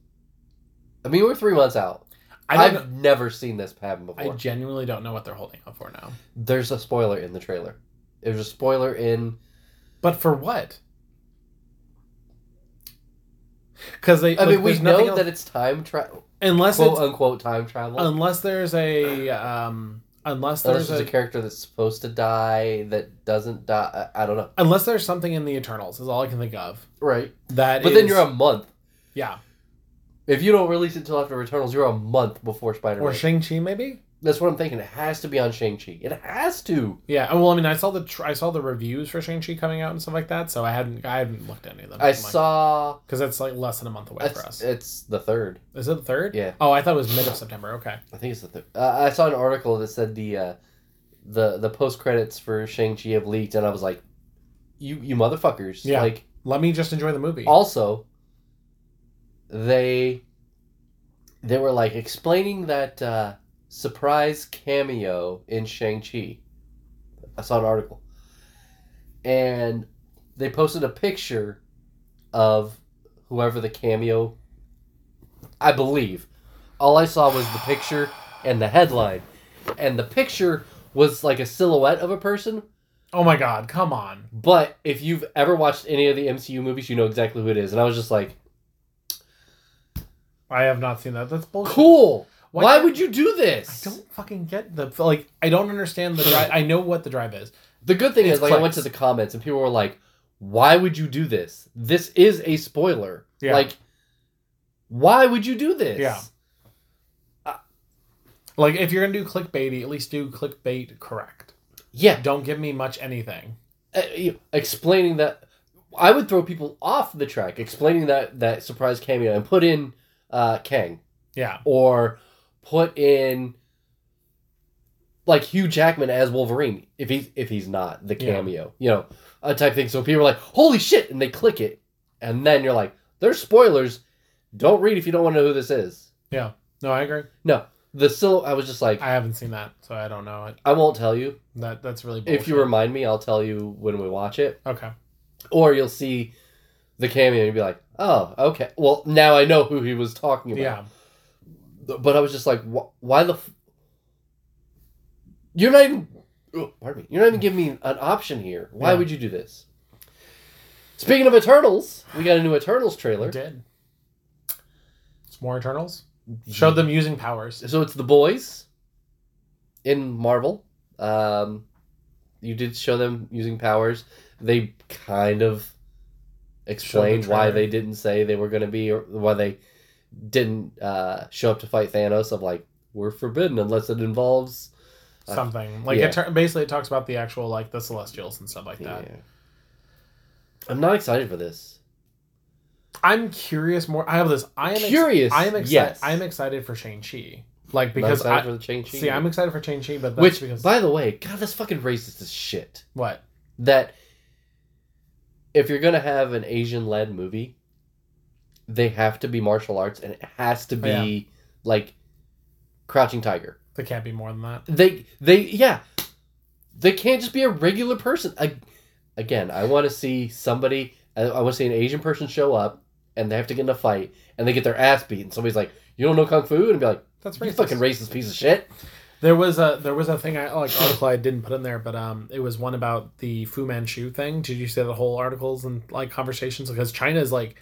Speaker 1: I mean, we're three months out.
Speaker 2: I
Speaker 1: I've
Speaker 2: don't.
Speaker 1: never seen this happen
Speaker 2: I
Speaker 1: before.
Speaker 2: genuinely don't know what they're holding out for now.
Speaker 1: There's a spoiler in the trailer. There's a spoiler in.
Speaker 2: But for what? Because they,
Speaker 1: I
Speaker 2: like,
Speaker 1: mean, we
Speaker 2: there's nothing
Speaker 1: know
Speaker 2: else-
Speaker 1: that uh, it's time travel,
Speaker 2: unless
Speaker 1: quote
Speaker 2: it's,
Speaker 1: unquote time travel.
Speaker 2: unless there's a um, unless
Speaker 1: Unless
Speaker 2: there's
Speaker 1: there's a
Speaker 2: a,
Speaker 1: character that's supposed to die that doesn't die. I I don't know.
Speaker 2: unless there's something in the Eternals is all I can think of.
Speaker 1: Right.
Speaker 2: That
Speaker 1: But then
Speaker 2: is-
Speaker 1: you're a month.
Speaker 2: yeah
Speaker 1: If you don't release it until after Returnals, you're a month before Spider Man.
Speaker 2: or Shang Chi maybe
Speaker 1: That's what I'm thinking. It has to be on Shang Chi. It has to.
Speaker 2: yeah. Oh, Well, I mean, I saw the tr- I saw the reviews for Shang Chi coming out and stuff like that, so I hadn't I hadn't looked at any of them.
Speaker 1: I saw.
Speaker 2: because that's like less than a month away for
Speaker 1: It's,
Speaker 2: us.
Speaker 1: it's the third.
Speaker 2: Is it the third?
Speaker 1: Yeah.
Speaker 2: Oh, I thought it was mid of September. Okay.
Speaker 1: I think it's the third. Uh, I saw an article that said the uh, the the post credits for Shang Chi have leaked, and I was like, "You you motherfuckers!"
Speaker 2: Yeah.
Speaker 1: Like
Speaker 2: Let me just enjoy the movie.
Speaker 1: also, they they were like explaining that uh, surprise cameo in Shang Chi. I saw an article, and they posted a picture of whoever the cameo. I believe, all I saw was the picture and the headline, and the picture was like a silhouette of a person.
Speaker 2: oh my God! Come on.
Speaker 1: But if you've ever watched any of the MCU movies, you know exactly who it is. And I was just like,
Speaker 2: I have not seen that. That's bullshit.
Speaker 1: cool. Why,
Speaker 2: Why-
Speaker 1: would you do
Speaker 2: I
Speaker 1: this?
Speaker 2: don't fucking get the like. I don't understand the drive. I know what the drive is.
Speaker 1: The good thing
Speaker 2: It's
Speaker 1: is, like, I went
Speaker 2: clicks.
Speaker 1: to the comments and people were like, why would you do this? This is a spoiler.
Speaker 2: Yeah.
Speaker 1: Like, why would you do this?
Speaker 2: Yeah. Like if you're gonna do clickbaity, at least do clickbait correct.
Speaker 1: Yeah.
Speaker 2: Don't give me much anything.
Speaker 1: Uh, you- explaining that. I would throw people off the track explaining that, that surprise cameo and put in uh, Kang
Speaker 2: Yeah.
Speaker 1: or put in like Hugh Jackman as Wolverine if he's if he's not the
Speaker 2: Yeah.
Speaker 1: cameo, you know, a type thing. So people are like, "Holy shit!" and they click it, and then you're like, "There's spoilers. Don't read if you don't want to know who this is."
Speaker 2: No, I agree.
Speaker 1: The silhou I was just like,
Speaker 2: I haven't seen that, so I don't know it.
Speaker 1: I won't tell you.
Speaker 2: That that's really bullshit.
Speaker 1: If you remind me, I'll tell you when we watch it.
Speaker 2: okay.
Speaker 1: Or you'll see the cameo and you'll be like, oh, okay. Well, now I know who he was talking about.
Speaker 2: Yeah.
Speaker 1: But I was just like, wh- why the. F- you're not even. oh, pardon me. You're not even giving me an option here. Why
Speaker 2: Yeah.
Speaker 1: would you do this? Speaking of Eternals, we got a new Eternals trailer.
Speaker 2: It did. It's more Eternals. Showed them using powers.
Speaker 1: So it's the boys in Marvel. Um, you did show them using powers. They kind of explained why
Speaker 2: trailer.
Speaker 1: they didn't say they were going to be, or why they didn't uh, show up to fight Thanos. Of like, we're forbidden unless it involves Uh,
Speaker 2: Something like
Speaker 1: yeah.
Speaker 2: it tur- basically it talks about the actual like the Celestials and stuff like that.
Speaker 1: Yeah. I'm not excited for this.
Speaker 2: I'm curious more. I have this. I am ex-
Speaker 1: Curious.
Speaker 2: I am excited.
Speaker 1: Yes.
Speaker 2: I'm excited for Shang Chi. Like
Speaker 1: not
Speaker 2: because
Speaker 1: excited
Speaker 2: I
Speaker 1: for the change.
Speaker 2: see, I'm excited for Shang Chi, but that's
Speaker 1: which,
Speaker 2: because
Speaker 1: by the way, God, that's fucking racist as shit.
Speaker 2: what?
Speaker 1: that if you're gonna have an Asian led movie, they have to be martial arts and it has to be
Speaker 2: Oh,
Speaker 1: like Crouching Tiger.
Speaker 2: There can't be more than that.
Speaker 1: They they yeah. They can't just be a regular person. I, again, I want to see somebody. I, I want to see an Asian person show up, and they have to get in a fight, and they get their ass beat, and somebody's like, "You don't know kung fu," and be like,
Speaker 2: That's
Speaker 1: "You
Speaker 2: racist.
Speaker 1: fucking racist piece of shit."
Speaker 2: There was a there was a thing I like article I didn't put in there, but um, it was one about the Fu Manchu thing. Did you see the whole articles and like conversations? Because China is like,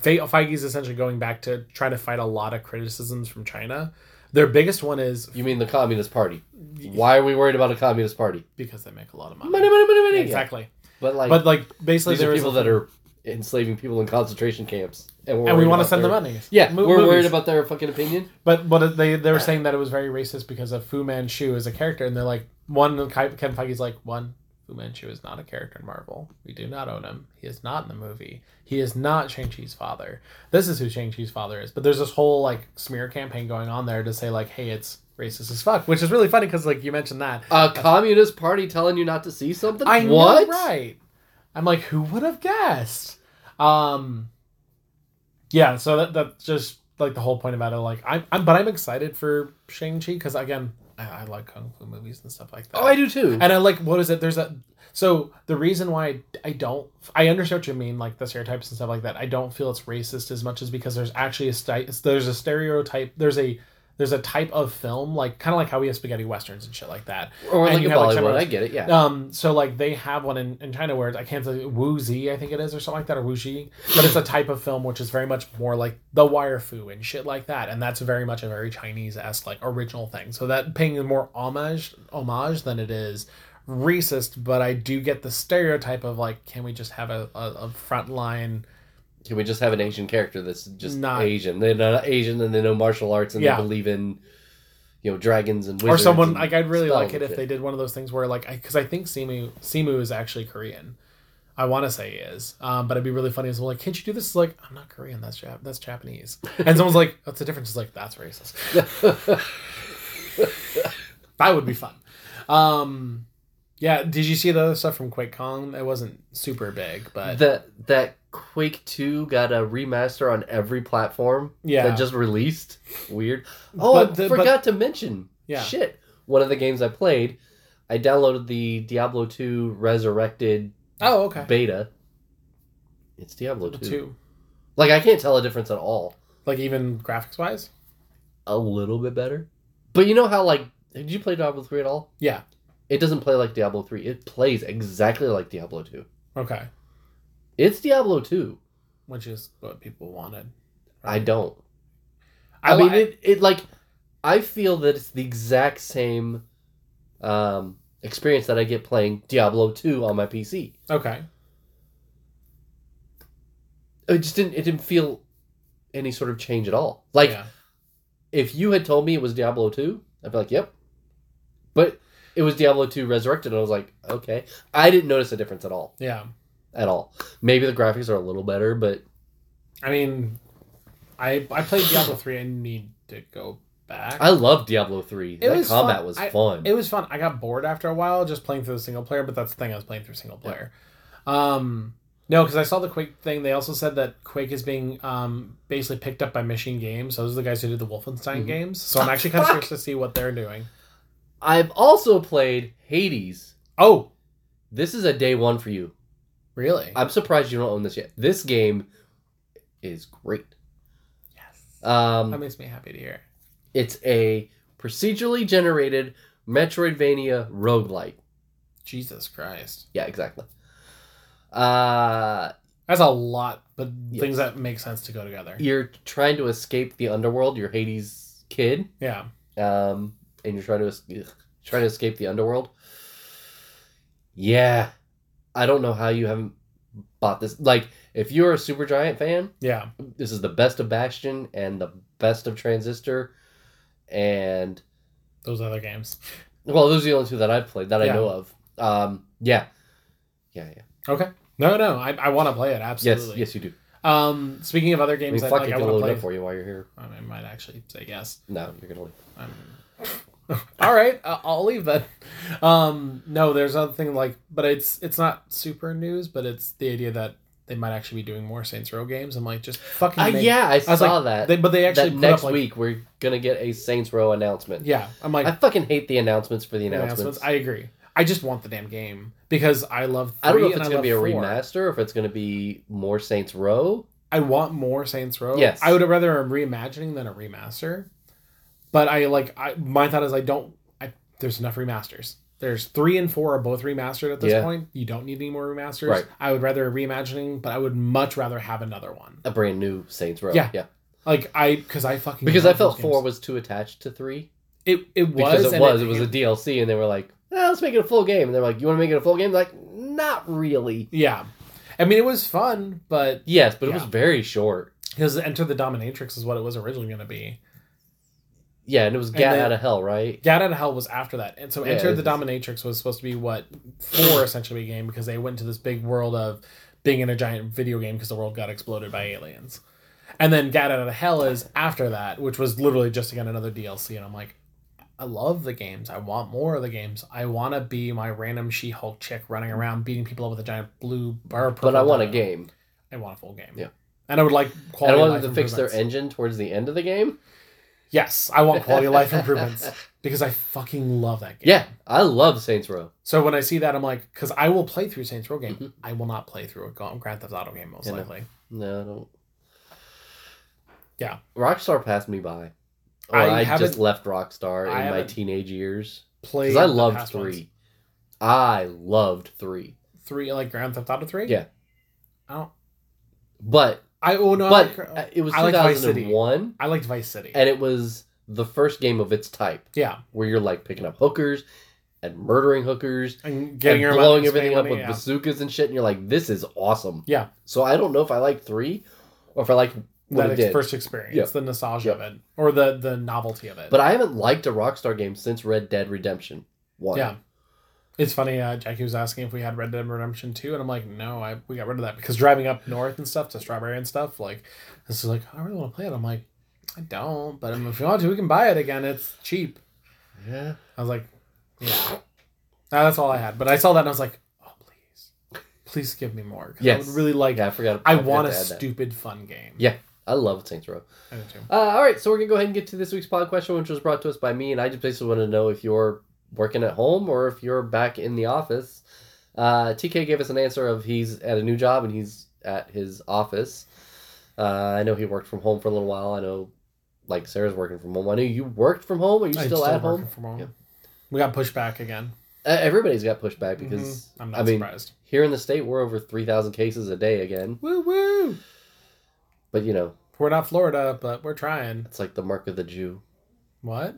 Speaker 2: Fe- Feige's essentially going back to try to fight a lot of criticisms from China. Their biggest one is
Speaker 1: You mean the Communist Party? Why are we worried about a Communist Party?
Speaker 2: because they make a lot of money.
Speaker 1: Money, money, money, money.
Speaker 2: Exactly,
Speaker 1: But like,
Speaker 2: but like basically
Speaker 1: These
Speaker 2: there
Speaker 1: are
Speaker 2: was
Speaker 1: people that are enslaving people in concentration camps, we're
Speaker 2: and we
Speaker 1: worried
Speaker 2: want to
Speaker 1: about
Speaker 2: send the
Speaker 1: their-
Speaker 2: money.
Speaker 1: Yeah,
Speaker 2: Mo-
Speaker 1: we're worried
Speaker 2: movies.
Speaker 1: about their fucking opinion.
Speaker 2: But but they they were saying that it was very racist because of Fu Manchu as a character, and they're like one Ki- Ken Feige's like one Fu Manchu is not a character in Marvel. We do not own him. He is not in the movie. He is not Shang Chi's father. This is who Shang Chi's father is. But there's this whole like smear campaign going on there to say like, hey, it's racist as fuck, which is really funny because like you mentioned that.
Speaker 1: A communist party telling you not to see something.
Speaker 2: I know,
Speaker 1: what?
Speaker 2: right? I'm like, who would have guessed? Um, yeah. So that that's just like the whole point about it. Like, I'm, I'm but I'm excited for Shang Chi because again, I, I like kung fu movies and stuff like that.
Speaker 1: Oh, I do too.
Speaker 2: and I like what is it? There's a so the reason why I don't I understand what you mean, like the stereotypes and stuff like that. I don't feel it's racist as much as because there's actually a sti- there's a stereotype. There's a there's a type of film like kind of like how we have spaghetti westerns and shit like that.
Speaker 1: or
Speaker 2: and
Speaker 1: like a
Speaker 2: you have, like,
Speaker 1: Bollywood.
Speaker 2: someone
Speaker 1: I
Speaker 2: else-
Speaker 1: get it. Yeah.
Speaker 2: Um, so like they have one in, in China where it's- I can't say Wuzi, I think it is, or something like that, or Wuxi. But it's a type of film which is very much more like the wire fu and shit like that, and that's very much a very Chinese esque like original thing. So that paying more homage homage than it is racist, but I do get the stereotype of like, can we just have a, a, a front line?
Speaker 1: Can we just have an Asian character that's just
Speaker 2: Not-
Speaker 1: Asian? They're not Asian, and they know martial arts, and
Speaker 2: Yeah.
Speaker 1: they believe in, you know, dragons and
Speaker 2: or
Speaker 1: wizards.
Speaker 2: someone
Speaker 1: and
Speaker 2: like I'd really
Speaker 1: spells
Speaker 2: like it
Speaker 1: and
Speaker 2: if they
Speaker 1: shit.
Speaker 2: did one of those things where like because I, think Simu Simu is actually Korean. I want to say he is, um, but it'd be really funny as well. Like, can't you do this? It's like, I'm not Korean. That's Jap- that's Japanese. And someone's like, "What's the difference?" It's like, that's racist. that would be fun. Um, yeah. Did you see the other stuff from QuakeCon? It wasn't super big, but
Speaker 1: that that Quake Two got a remaster on every platform.
Speaker 2: Yeah.
Speaker 1: that just released. Weird. Oh,
Speaker 2: But
Speaker 1: I
Speaker 2: the- but-
Speaker 1: forgot to mention.
Speaker 2: Yeah.
Speaker 1: Shit. One of the games I played, I downloaded the Diablo Two Resurrected
Speaker 2: oh, okay.
Speaker 1: beta. It's Diablo Two.
Speaker 2: Two,
Speaker 1: Like I can't tell a difference at all.
Speaker 2: like even graphics wise.
Speaker 1: A little bit better, but you know how like did you play Diablo Three at all?
Speaker 2: Yeah.
Speaker 1: It doesn't play like Diablo Three. It plays exactly like Diablo Two.
Speaker 2: Okay,
Speaker 1: It's Diablo Two.
Speaker 2: which is what people wanted.
Speaker 1: I don't.
Speaker 2: I,
Speaker 1: Oh, I, mean,
Speaker 2: li-
Speaker 1: it, it like I feel that it's the exact same um, experience that I get playing Diablo two on my PC.
Speaker 2: okay.
Speaker 1: It just didn't. It didn't feel any sort of change at all. Like
Speaker 2: yeah.
Speaker 1: if you had told me it was Diablo two, I'd be like, "Yep," but it was Diablo two resurrected, and I was like, "Okay." I didn't notice a difference at all.
Speaker 2: yeah.
Speaker 1: At all. Maybe the graphics are a little better, but
Speaker 2: I mean, I I played Diablo three. I need to go back.
Speaker 1: I love Diablo three.
Speaker 2: It
Speaker 1: that
Speaker 2: was
Speaker 1: combat
Speaker 2: fun.
Speaker 1: was
Speaker 2: I-
Speaker 1: fun.
Speaker 2: it was fun. I got bored after a while just playing through the single player, but that's the thing I was playing through single player. Um, no, because I saw the Quake thing. They also said that Quake is being um, basically picked up by Machine Games. Those are the guys who did the Wolfenstein
Speaker 1: Mhm.
Speaker 2: games. So I'm actually kind of
Speaker 1: Fuck.
Speaker 2: curious to see what they're doing.
Speaker 1: I've also played Hades.
Speaker 2: Oh,
Speaker 1: This is a day one for you.
Speaker 2: really?
Speaker 1: I'm surprised you don't own this yet. This game is great.
Speaker 2: yes.
Speaker 1: Um,
Speaker 2: That makes me happy to hear.
Speaker 1: it's a procedurally generated Metroidvania roguelike.
Speaker 2: Jesus Christ,
Speaker 1: Yeah, exactly. Uh,
Speaker 2: that's a lot, but
Speaker 1: Yes.
Speaker 2: things that make sense to go together. Yeah.
Speaker 1: you're trying to escape the underworld. You're Hades' kid. um, and you're trying to es- ugh, trying to escape the underworld. Yeah, I don't know how you haven't bought this. Like, if you're a Super Giant fan,
Speaker 2: Yeah.
Speaker 1: this is the best of Bastion and the best of Transistor, and
Speaker 2: Those other games.
Speaker 1: well, those are the only two that I've played that I
Speaker 2: Yeah.
Speaker 1: know of. Um, yeah, yeah, yeah.
Speaker 2: Okay. No, no, I, I want to play it absolutely.
Speaker 1: Yes, yes, you do.
Speaker 2: Um, speaking of other
Speaker 1: I
Speaker 2: games,
Speaker 1: mean,
Speaker 2: I
Speaker 1: fuck,
Speaker 2: like,
Speaker 1: I
Speaker 2: I
Speaker 1: can
Speaker 2: want to
Speaker 1: load it
Speaker 2: play.
Speaker 1: up for you while you're here.
Speaker 2: I mean, I might actually say yes.
Speaker 1: No, you're gonna leave.
Speaker 2: I'm... All right, uh, I'll leave then. Um, no, there's other thing like, but it's it's not super news, but it's the idea that they might actually be doing more Saints Row games. I'm like, just fucking.
Speaker 1: Uh,
Speaker 2: make-
Speaker 1: yeah, I, saw
Speaker 2: was like,
Speaker 1: that.
Speaker 2: They, but they actually
Speaker 1: that
Speaker 2: put
Speaker 1: next
Speaker 2: up, like,
Speaker 1: week we're gonna get a Saints Row announcement.
Speaker 2: Yeah, I'm like
Speaker 1: I fucking hate the announcements for the announcements.
Speaker 2: announcements. I agree. I just want the damn game because I love. Three
Speaker 1: I don't know if
Speaker 2: and
Speaker 1: it's
Speaker 2: I
Speaker 1: going to
Speaker 2: love
Speaker 1: be a
Speaker 2: four.
Speaker 1: remaster or if it's going to be more Saints Row.
Speaker 2: I want more Saints Row.
Speaker 1: Yes.
Speaker 2: I would rather a reimagining than a remaster. But I like I my thought is I don't I there's enough remasters. There's three and four are both remastered at this
Speaker 1: Yeah.
Speaker 2: point. You don't need any more remasters.
Speaker 1: Right.
Speaker 2: I would rather a reimagining, but I would much rather have another one.
Speaker 1: A brand new Saints Row.
Speaker 2: Yeah.
Speaker 1: Yeah.
Speaker 2: Like I because I fucking
Speaker 1: Because
Speaker 2: love
Speaker 1: I felt
Speaker 2: those
Speaker 1: four
Speaker 2: games.
Speaker 1: was too attached to three.
Speaker 2: it it was
Speaker 1: Because it
Speaker 2: and
Speaker 1: was. It, was a DLC, and they were like, "Ah, let's make it a full game. And they're like, you want to make it a full game? Like, not really.
Speaker 2: yeah. I mean it was fun, but
Speaker 1: Yes, but it was
Speaker 2: Yeah.
Speaker 1: very short.
Speaker 2: because Enter the Dominatrix is what it was originally going to be.
Speaker 1: Yeah, and it was
Speaker 2: And
Speaker 1: Gat
Speaker 2: then-
Speaker 1: out of Hell, right?
Speaker 2: Gat Out of Hell was after that, and so
Speaker 1: Yeah,
Speaker 2: Enter
Speaker 1: it
Speaker 2: the
Speaker 1: is.
Speaker 2: Dominatrix was supposed to be what four essentially became because they went to this big world of being in a giant video game because the world got exploded by aliens, and then Gat Out of Hell is after that, which was literally just again another DLC, and I'm like, I love the games, I want more of the games, I want to be my random She Hulk chick running around beating people up with a giant blue or purple
Speaker 1: But I want a
Speaker 2: dildo.
Speaker 1: game.
Speaker 2: I want a full game,
Speaker 1: Yeah.
Speaker 2: and I would like
Speaker 1: And I
Speaker 2: quality. of
Speaker 1: wanted
Speaker 2: life
Speaker 1: to fix their
Speaker 2: improvements.
Speaker 1: engine towards the end of the game.
Speaker 2: Yes, I want quality of life improvements because I fucking love that game.
Speaker 1: Yeah, I love Saints Row.
Speaker 2: So when I see that, I'm like, because I will play through Saints Row game.
Speaker 1: Mhm.
Speaker 2: I will not play through a Ga- Grand Theft Auto game most
Speaker 1: Yeah, no.
Speaker 2: likely.
Speaker 1: No, I don't.
Speaker 2: Yeah.
Speaker 1: Rockstar passed me by. Or
Speaker 2: I
Speaker 1: I, just
Speaker 2: haven't-
Speaker 1: left Rockstar
Speaker 2: I
Speaker 1: in my
Speaker 2: haven't
Speaker 1: teenage years.
Speaker 2: Play
Speaker 1: Because I
Speaker 2: the
Speaker 1: loved
Speaker 2: past
Speaker 1: three.
Speaker 2: ones.
Speaker 1: I loved three.
Speaker 2: three like Grand Theft Auto three.
Speaker 1: Yeah.
Speaker 2: I don't.
Speaker 1: But
Speaker 2: I oh no,
Speaker 1: but
Speaker 2: I,
Speaker 1: uh,
Speaker 2: like,
Speaker 1: it was
Speaker 2: I like Vice City.
Speaker 1: 2001,
Speaker 2: I liked Vice City.
Speaker 1: and it was the first game of its type
Speaker 2: yeah,
Speaker 1: where you're like picking up hookers and murdering hookers
Speaker 2: and
Speaker 1: and
Speaker 2: getting your
Speaker 1: blowing
Speaker 2: money,
Speaker 1: everything
Speaker 2: spending
Speaker 1: up
Speaker 2: money,
Speaker 1: with
Speaker 2: yeah.
Speaker 1: bazookas and shit, and you're like, this is awesome.
Speaker 2: Yeah.
Speaker 1: So I don't know if I like three or if I like what
Speaker 2: that
Speaker 1: it
Speaker 2: ex-
Speaker 1: did.
Speaker 2: first experience,
Speaker 1: Yeah.
Speaker 2: the nostalgia
Speaker 1: Yeah.
Speaker 2: of it, or the the novelty of it.
Speaker 1: But I haven't liked a Rockstar game since Red Dead Redemption One.
Speaker 2: yeah. It's funny, uh, Jackie was asking if we had Red Dead Redemption 2, and I'm like, no, I we got rid of that because driving up north and stuff to Strawberry and stuff, like, this is like, I really want to play it. I'm like, I don't, but if you want to, we can buy it again. It's cheap.
Speaker 1: Yeah.
Speaker 2: I was like, yeah. Nah, that's all I had. But I saw that and I was like, oh, please. Please give me more. 'cause I
Speaker 1: Yes.
Speaker 2: would really like
Speaker 1: Yeah, I forgot.
Speaker 2: I
Speaker 1: forgot
Speaker 2: want a
Speaker 1: to add that.
Speaker 2: stupid, fun game.
Speaker 1: Yeah. I love Saints Row.
Speaker 2: I do too.
Speaker 1: Uh, all right, so we're gonna go ahead and get to this week's pod question, which was brought to us by me, and I just basically want to know if you're working at home or if you're back in the office. Uh, TK gave us an answer of he's at a new job and he's at his office. Uh, I know he worked from home for a little while. I know, like Sarah's working from home. I know you worked from home. Are you
Speaker 2: I'm
Speaker 1: still, at
Speaker 2: working
Speaker 1: home?
Speaker 2: from home.
Speaker 1: Yeah.
Speaker 2: We got pushed back again.
Speaker 1: Uh, everybody's got pushed back because
Speaker 2: Mhm. I'm not
Speaker 1: I mean,
Speaker 2: surprised.
Speaker 1: here in the state, we're over three thousand cases a day again.
Speaker 2: Woo woo.
Speaker 1: But you know,
Speaker 2: We're not Florida, but we're trying.
Speaker 1: it's like the mark of the Jew,
Speaker 2: What?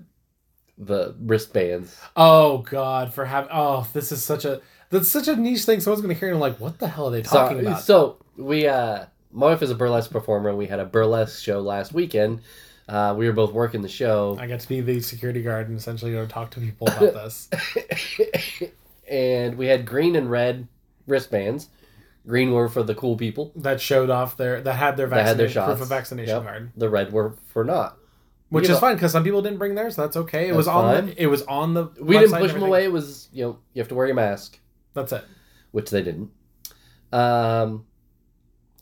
Speaker 1: the wristbands.
Speaker 2: Oh God, for having oh, this is such a that's such a niche thing. Someone's gonna hear and like, what the hell are they talking
Speaker 1: so,
Speaker 2: about?
Speaker 1: so we uh my wife is a burlesque performer and we had a burlesque show last weekend uh, we were both working the show
Speaker 2: I got to be the security guard and essentially go talk to people about this.
Speaker 1: and we had green and red wristbands Green were for the cool people.
Speaker 2: that showed off their that had their
Speaker 1: That had
Speaker 2: vaccine
Speaker 1: their
Speaker 2: proof of
Speaker 1: shots.
Speaker 2: vaccination
Speaker 1: Yep.
Speaker 2: card,
Speaker 1: The red were for not.
Speaker 2: which
Speaker 1: You
Speaker 2: is
Speaker 1: know-
Speaker 2: fine because some people didn't bring theirs. That's okay. It was
Speaker 1: That's
Speaker 2: on.
Speaker 1: fine.
Speaker 2: The, it was on the.
Speaker 1: We
Speaker 2: website
Speaker 1: didn't
Speaker 2: and
Speaker 1: push them
Speaker 2: everything.
Speaker 1: away. It was you know you have to wear your mask,
Speaker 2: That's it.
Speaker 1: which they didn't. Um,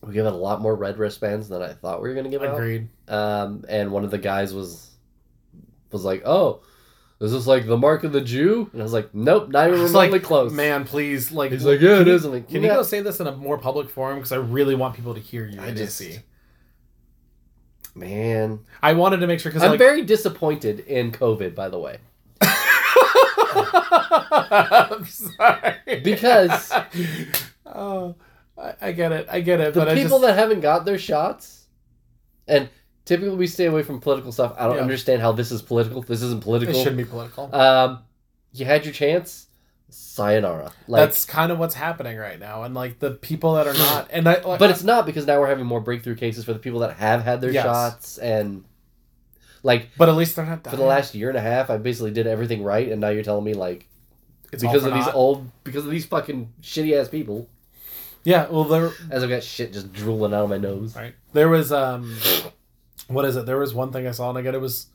Speaker 1: we gave out a lot more red wristbands than I thought we were gonna give out.
Speaker 2: Agreed.
Speaker 1: um, and one of the guys was was like, "Oh, is this like the mark of the Jew?" And I was like, "Nope, not even
Speaker 2: It's
Speaker 1: remotely
Speaker 2: like,
Speaker 1: close."
Speaker 2: Man, please, like,
Speaker 1: he's like, "Yeah,
Speaker 2: can
Speaker 1: it
Speaker 2: you-
Speaker 1: is." I'm like,
Speaker 2: Can
Speaker 1: "Yeah."
Speaker 2: you go say this in a more public forum? Because I really want people to hear you.
Speaker 1: I
Speaker 2: I
Speaker 1: just-
Speaker 2: see.
Speaker 1: Man,
Speaker 2: I wanted to make sure because
Speaker 1: I'm
Speaker 2: like,
Speaker 1: very disappointed in COVID, by the way,
Speaker 2: I'm sorry.
Speaker 1: because
Speaker 2: oh, I, I get it. I get it.
Speaker 1: the
Speaker 2: but I
Speaker 1: people
Speaker 2: just,
Speaker 1: that haven't got their shots, and typically we stay away from political stuff. I don't
Speaker 2: Yeah.
Speaker 1: understand how this is political. This isn't
Speaker 2: it
Speaker 1: political.
Speaker 2: shouldn't be political.
Speaker 1: Um, you had your chance. Sayonara. Like,
Speaker 2: That's kind of what's happening right now, and like the people that are not, and I. Like,
Speaker 1: but it's not because now we're having more breakthrough cases for the people that have had their
Speaker 2: Yes.
Speaker 1: shots and like
Speaker 2: but at least they're not dying.
Speaker 1: for the last year and a half, I basically did everything right, and now you're telling me like
Speaker 2: it's all
Speaker 1: because
Speaker 2: for
Speaker 1: of these
Speaker 2: naught.
Speaker 1: old, because of these fucking shitty ass people,
Speaker 2: yeah. Well, there,
Speaker 1: as I've got shit just drooling out of my nose.
Speaker 2: Right. There was um, what is it? There was one thing I saw, and again, it was.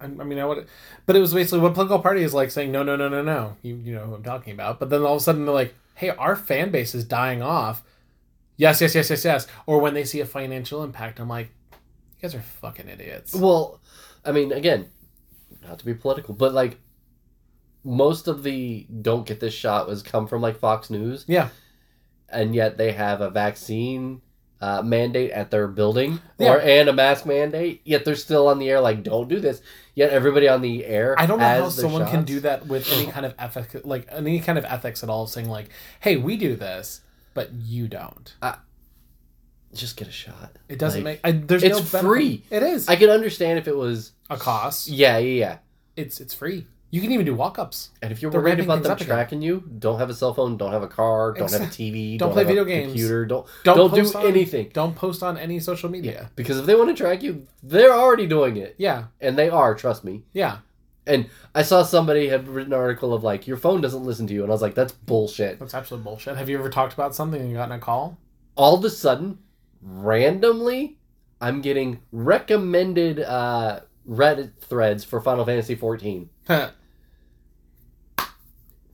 Speaker 2: I, I mean, I would, but it was basically what political party is like saying no, no, no, no, no. You you know who I'm talking about. But then all of a sudden they're like, hey, our fan base is dying off. Yes, yes, yes, yes, yes. Or when they see a financial impact, I'm like, you guys are fucking idiots.
Speaker 1: Well, I mean, again, not to be political, but like most of the don't get this shot was come from like Fox News,
Speaker 2: Yeah,
Speaker 1: and yet they have a vaccine. Uh, mandate at their building
Speaker 2: Yeah.
Speaker 1: or and a mask mandate yet they're still on the air like don't do this yet everybody on the air
Speaker 2: I don't know
Speaker 1: has
Speaker 2: how
Speaker 1: their
Speaker 2: someone can
Speaker 1: shots.
Speaker 2: do that with any kind of ethic, like any kind of ethics at all, saying like, hey, we do this, but you don't.
Speaker 1: just get a shot
Speaker 2: It doesn't
Speaker 1: Like,
Speaker 2: make. I, there's
Speaker 1: it's
Speaker 2: no benefit.
Speaker 1: free.
Speaker 2: It is
Speaker 1: I could understand if it was
Speaker 2: a cost.
Speaker 1: Yeah, yeah, yeah.
Speaker 2: It's it's free. You can even do walk ups.
Speaker 1: And if you're
Speaker 2: They're
Speaker 1: worried
Speaker 2: ramping
Speaker 1: about
Speaker 2: things
Speaker 1: them
Speaker 2: up again.
Speaker 1: tracking you, don't have a cell phone, don't have a car, don't have a
Speaker 2: Exact-
Speaker 1: TV,
Speaker 2: Don't play
Speaker 1: have a
Speaker 2: video games.
Speaker 1: computer, don't don't, do anything.
Speaker 2: Don't post on any social media.
Speaker 1: Because if they want to track you, they're already doing it,
Speaker 2: Yeah,
Speaker 1: and they are. Trust me.
Speaker 2: yeah.
Speaker 1: And I saw somebody had written an article of like your phone doesn't listen to you, and I was like, that's bullshit.
Speaker 2: That's absolute bullshit. Have you ever talked about something and gotten a call?
Speaker 1: All of a sudden, randomly, I'm getting recommended uh, Reddit threads for Final Fantasy 14.
Speaker 2: I,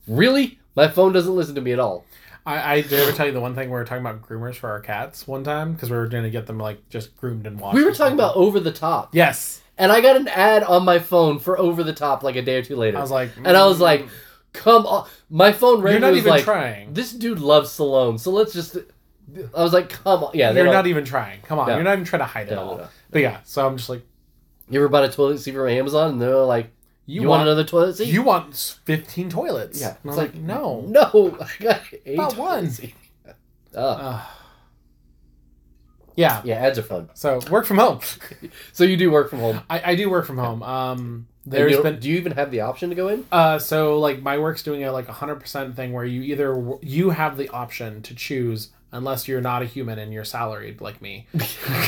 Speaker 1: Really, my phone doesn't listen to me at all.
Speaker 2: I did I ever tell you the one thing we were talking about groomers for our cats one time because we were going to get them like just groomed and washed.
Speaker 1: We were
Speaker 2: or
Speaker 1: talking
Speaker 2: something.
Speaker 1: about over the top.
Speaker 2: yes.
Speaker 1: And I got an ad on my phone for Over the Top like a day or two later.
Speaker 2: I was like,
Speaker 1: and I was
Speaker 2: mm,
Speaker 1: like, come on. My phone rang.
Speaker 2: you're not
Speaker 1: was
Speaker 2: even
Speaker 1: like,
Speaker 2: trying.
Speaker 1: This dude loves Stallone, so let's just. I was like, come on. Yeah, they
Speaker 2: you're
Speaker 1: don't-
Speaker 2: not even trying. Come on,
Speaker 1: No.
Speaker 2: you're not even trying to hide it
Speaker 1: No, no,
Speaker 2: all.
Speaker 1: no.
Speaker 2: But yeah, so I'm just like,
Speaker 1: You ever bought a toilet seat from Amazon and they're like,
Speaker 2: you,
Speaker 1: you, want, another toilet seat?
Speaker 2: You want 15 toilets?
Speaker 1: Yeah.
Speaker 2: And I
Speaker 1: It's
Speaker 2: was like,
Speaker 1: like,
Speaker 2: no.
Speaker 1: No, I got eight.
Speaker 2: Not one.
Speaker 1: Oh.
Speaker 2: Ugh. yeah.
Speaker 1: Yeah, ads are fun.
Speaker 2: So work from home.
Speaker 1: So you do work from home. And
Speaker 2: I, I do work from home. Um,
Speaker 1: you
Speaker 2: there's
Speaker 1: don't-
Speaker 2: been
Speaker 1: Do you even have the option to go in?
Speaker 2: uh, so like my work's doing a like hundred percent thing where you either w- you have the option to choose unless you're not a human and you're salaried like me. That's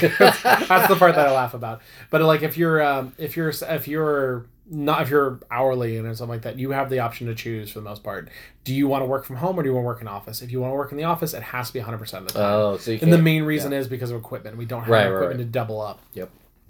Speaker 2: the part that I laugh about. But like if you're um, if you're if you're not if you're hourly and something like that, you have the option to choose for the most part. Do you want to work from home or do you want to work in office? If you want to work in the office, it has to be hundred percent of the time.
Speaker 1: Oh, so you can
Speaker 2: And the main reason is because of equipment. We don't have
Speaker 1: Right, right,
Speaker 2: equipment
Speaker 1: right.
Speaker 2: to double up.
Speaker 1: Yep.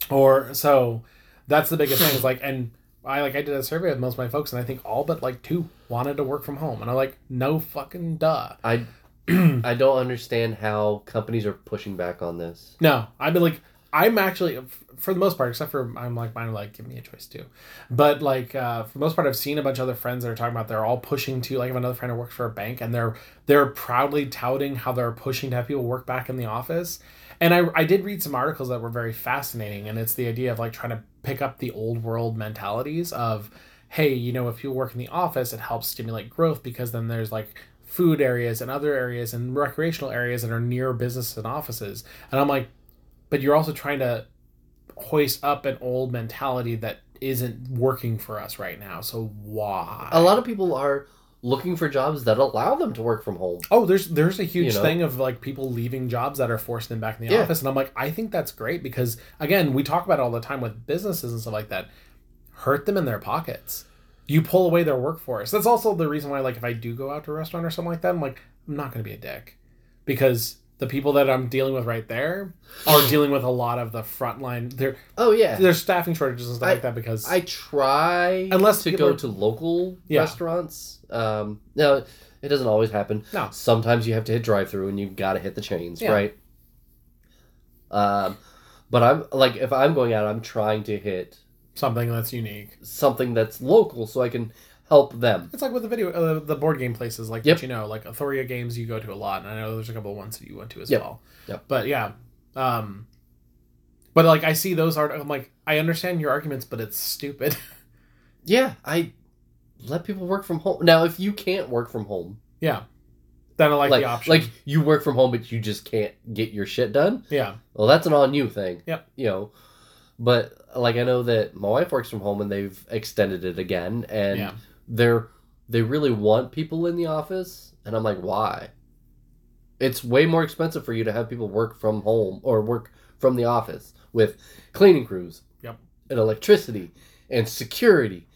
Speaker 2: Or so that's the biggest thing is like and I like I did a survey with most of my folks and I think all but like two wanted to work from home and I'm like no fucking duh.
Speaker 1: I, I don't understand how companies are pushing back on this.
Speaker 2: No, I've been like I'm actually f- for the most part except for I'm like mine are like give me a choice too. But like uh, for the most part I've seen a bunch of other friends that are talking about they're all pushing to like I have another friend who works for a bank and they're they're proudly touting how they're pushing to have people work back in the office. And I, I did read some articles that were very fascinating, and it's the idea of like trying to pick up the old world mentalities of, hey, you know, if people work in the office, it helps stimulate growth because then there's like food areas and other areas and recreational areas that are near businesses and offices. And I'm like, but you're also trying to hoist up an old mentality that isn't working for us right now. So why?
Speaker 1: a lot of people are looking for jobs that allow them to work from home.
Speaker 2: Oh, there's there's a huge
Speaker 1: You know?
Speaker 2: thing of like people leaving jobs that are forcing them back in the
Speaker 1: Yeah.
Speaker 2: office, and I'm like, I think that's great because again, we talk about it all the time with businesses and stuff like that. Hurt them in their pockets. You pull away their workforce. That's also the reason why, like, if I do go out to a restaurant or something like that, I'm like, I'm not going to be a dick because the people that I'm dealing with right there are dealing with a lot of the frontline. There,
Speaker 1: Oh yeah.
Speaker 2: there's staffing shortages and stuff like that because
Speaker 1: I try
Speaker 2: Unless
Speaker 1: to
Speaker 2: people
Speaker 1: go
Speaker 2: are-
Speaker 1: to local
Speaker 2: Yeah.
Speaker 1: restaurants. Um, no, it doesn't always happen.
Speaker 2: No.
Speaker 1: sometimes you have to hit drive through and you've got to hit the chains,
Speaker 2: Yeah.
Speaker 1: right? Um, but I'm like, if I'm going out, I'm trying to hit
Speaker 2: something that's unique.
Speaker 1: something that's local so I can help them.
Speaker 2: It's like with the video, uh, the board game places like
Speaker 1: Yep.
Speaker 2: that. You know, like Authoria games you go to a lot, and I know there's a couple of ones that you went to as
Speaker 1: Yep.
Speaker 2: well.
Speaker 1: Yep.
Speaker 2: But yeah, um, but like I see those art, I'm like, I understand your arguments, but it's stupid.
Speaker 1: Yeah, I let people work from home. Now, if you can't work from home,
Speaker 2: yeah, then I like,
Speaker 1: like
Speaker 2: the option.
Speaker 1: like you work from home but you just can't get your shit done.
Speaker 2: yeah,
Speaker 1: Well, that's an on you thing.
Speaker 2: Yep.
Speaker 1: You know, but like I know that my wife works from home and they've extended it again, and
Speaker 2: Yeah.
Speaker 1: they're they really want people in the office, and I'm like, why? It's way more expensive for you to have people work from home or work from the office with cleaning crews,
Speaker 2: Yep.
Speaker 1: and electricity and security,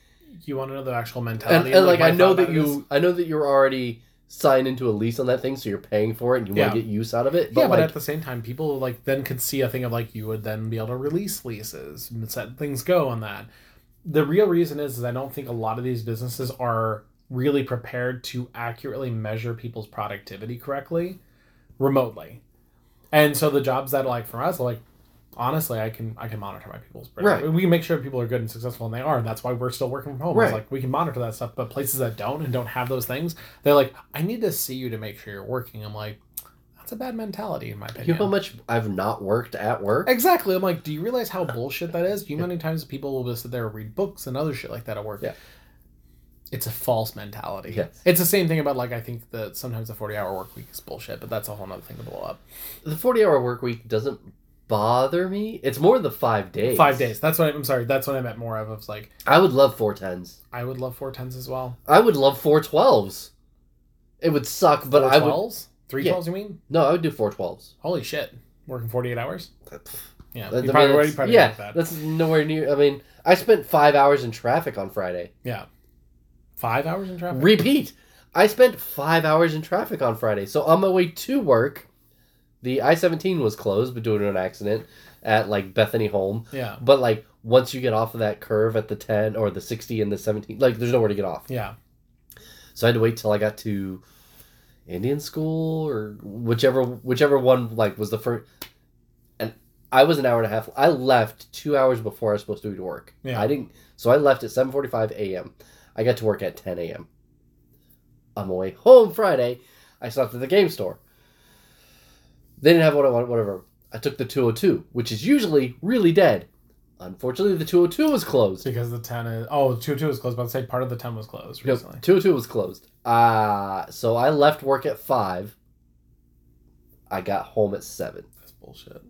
Speaker 2: you want to know the actual
Speaker 1: and,
Speaker 2: mentality.
Speaker 1: and like
Speaker 2: my
Speaker 1: I know
Speaker 2: thought
Speaker 1: that
Speaker 2: about it is-
Speaker 1: you I know that you're already signed into a lease on that thing, so you're paying for it and you want
Speaker 2: Yeah.
Speaker 1: to get use out of it.
Speaker 2: yeah, but
Speaker 1: like,
Speaker 2: at the same time, people like then could see a thing of like you would then be able to release leases and set things go on that. The real reason is, is I don't think a lot of these businesses are really prepared to accurately measure people's productivity correctly remotely. And so the jobs that like for us, like honestly, I can I can monitor my people's productivity.
Speaker 1: Right.
Speaker 2: We can make sure people are good and successful, and they are. And that's why we're still working from home.
Speaker 1: Right.
Speaker 2: It's like we can monitor that stuff. But places that don't and don't have those things, they're like, I need to see you to make sure you're working. I'm like, that's a bad mentality in my
Speaker 1: you know how
Speaker 2: opinion.
Speaker 1: much I've not worked at work.
Speaker 2: Exactly. I'm like, do you realize how bullshit that is? Do you know how many times people will just sit there and read books and other shit like that at work?
Speaker 1: Yeah.
Speaker 2: It's a false mentality.
Speaker 1: Yes.
Speaker 2: It's the same thing about like I think that sometimes the forty hour work week is bullshit, but that's a whole nother thing to blow up.
Speaker 1: the 40 hour work week doesn't bother me it's more the five days
Speaker 2: Five days. That's what I, I'm sorry. That's what I meant more of. I was like,
Speaker 1: i would love four tens
Speaker 2: I would love four tens as well.
Speaker 1: i would love four twelves it would suck but i would
Speaker 2: twelves, three
Speaker 1: Yeah.
Speaker 2: twelves. You mean?
Speaker 1: no i would do four twelves
Speaker 2: Holy shit! Working forty eight hours. Yeah,
Speaker 1: That-
Speaker 2: you
Speaker 1: I
Speaker 2: probably,
Speaker 1: mean,
Speaker 2: already
Speaker 1: that's-
Speaker 2: probably
Speaker 1: yeah
Speaker 2: got that.
Speaker 1: that's nowhere near i mean i spent five hours in traffic on friday
Speaker 2: Yeah, five hours in traffic.
Speaker 1: repeat i spent five hours in traffic on friday so on my way to work the i-17 was closed but due to an accident at like bethany home
Speaker 2: yeah,
Speaker 1: but like once you get off of that curve at the 10 or the 60 and the 17 like there's nowhere to get off
Speaker 2: yeah,
Speaker 1: So I had to wait till I got to Indian school or whichever whichever one like was the first. And I was an hour and a half. I left two hours before I was supposed to be to work.
Speaker 2: Yeah.
Speaker 1: I didn't. So I left at seven forty five a.m. I got to work at ten a.m. On the way home Friday, I stopped at the game store. They didn't have what I wanted. Whatever. I took the two hundred two, which is usually really dead. Unfortunately, the two hundred two was closed.
Speaker 2: because the ten is oh two two was closed. But I'd say part of the ten was closed
Speaker 1: Nope,
Speaker 2: recently.
Speaker 1: 202 was closed. Uh, so I left work at 5. I got home at 7.
Speaker 2: That's bullshit.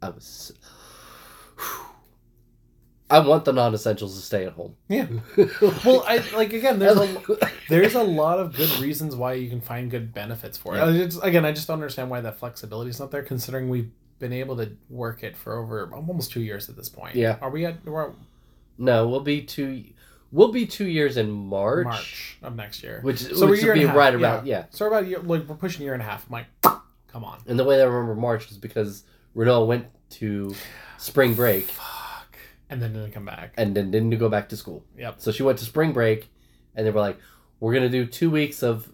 Speaker 1: I was. I want the non essentials to stay at home.
Speaker 2: Yeah.
Speaker 1: well,
Speaker 2: Well, I like again. There's a there's a lot of good reasons why you can find good benefits for it.
Speaker 1: Yeah.
Speaker 2: I just- again, I just don't understand why that flexibility is not there, considering we've been able to work it for over almost two years at this point.
Speaker 1: Yeah.
Speaker 2: Are we at we're at
Speaker 1: no, we'll be two. We'll be two years in March,
Speaker 2: March, of next year?
Speaker 1: which,
Speaker 2: So we're a
Speaker 1: which
Speaker 2: year
Speaker 1: would be
Speaker 2: and a half,
Speaker 1: right around yeah.
Speaker 2: So we're about a year, like we're pushing a year and a half. I'm like, come on.
Speaker 1: And the way that I remember March was because Renault went to spring break
Speaker 2: Fuck. And then didn't come back.
Speaker 1: and then didn't go back to school.
Speaker 2: Yep.
Speaker 1: So she went to spring break, and they were like, "We're gonna do two weeks of,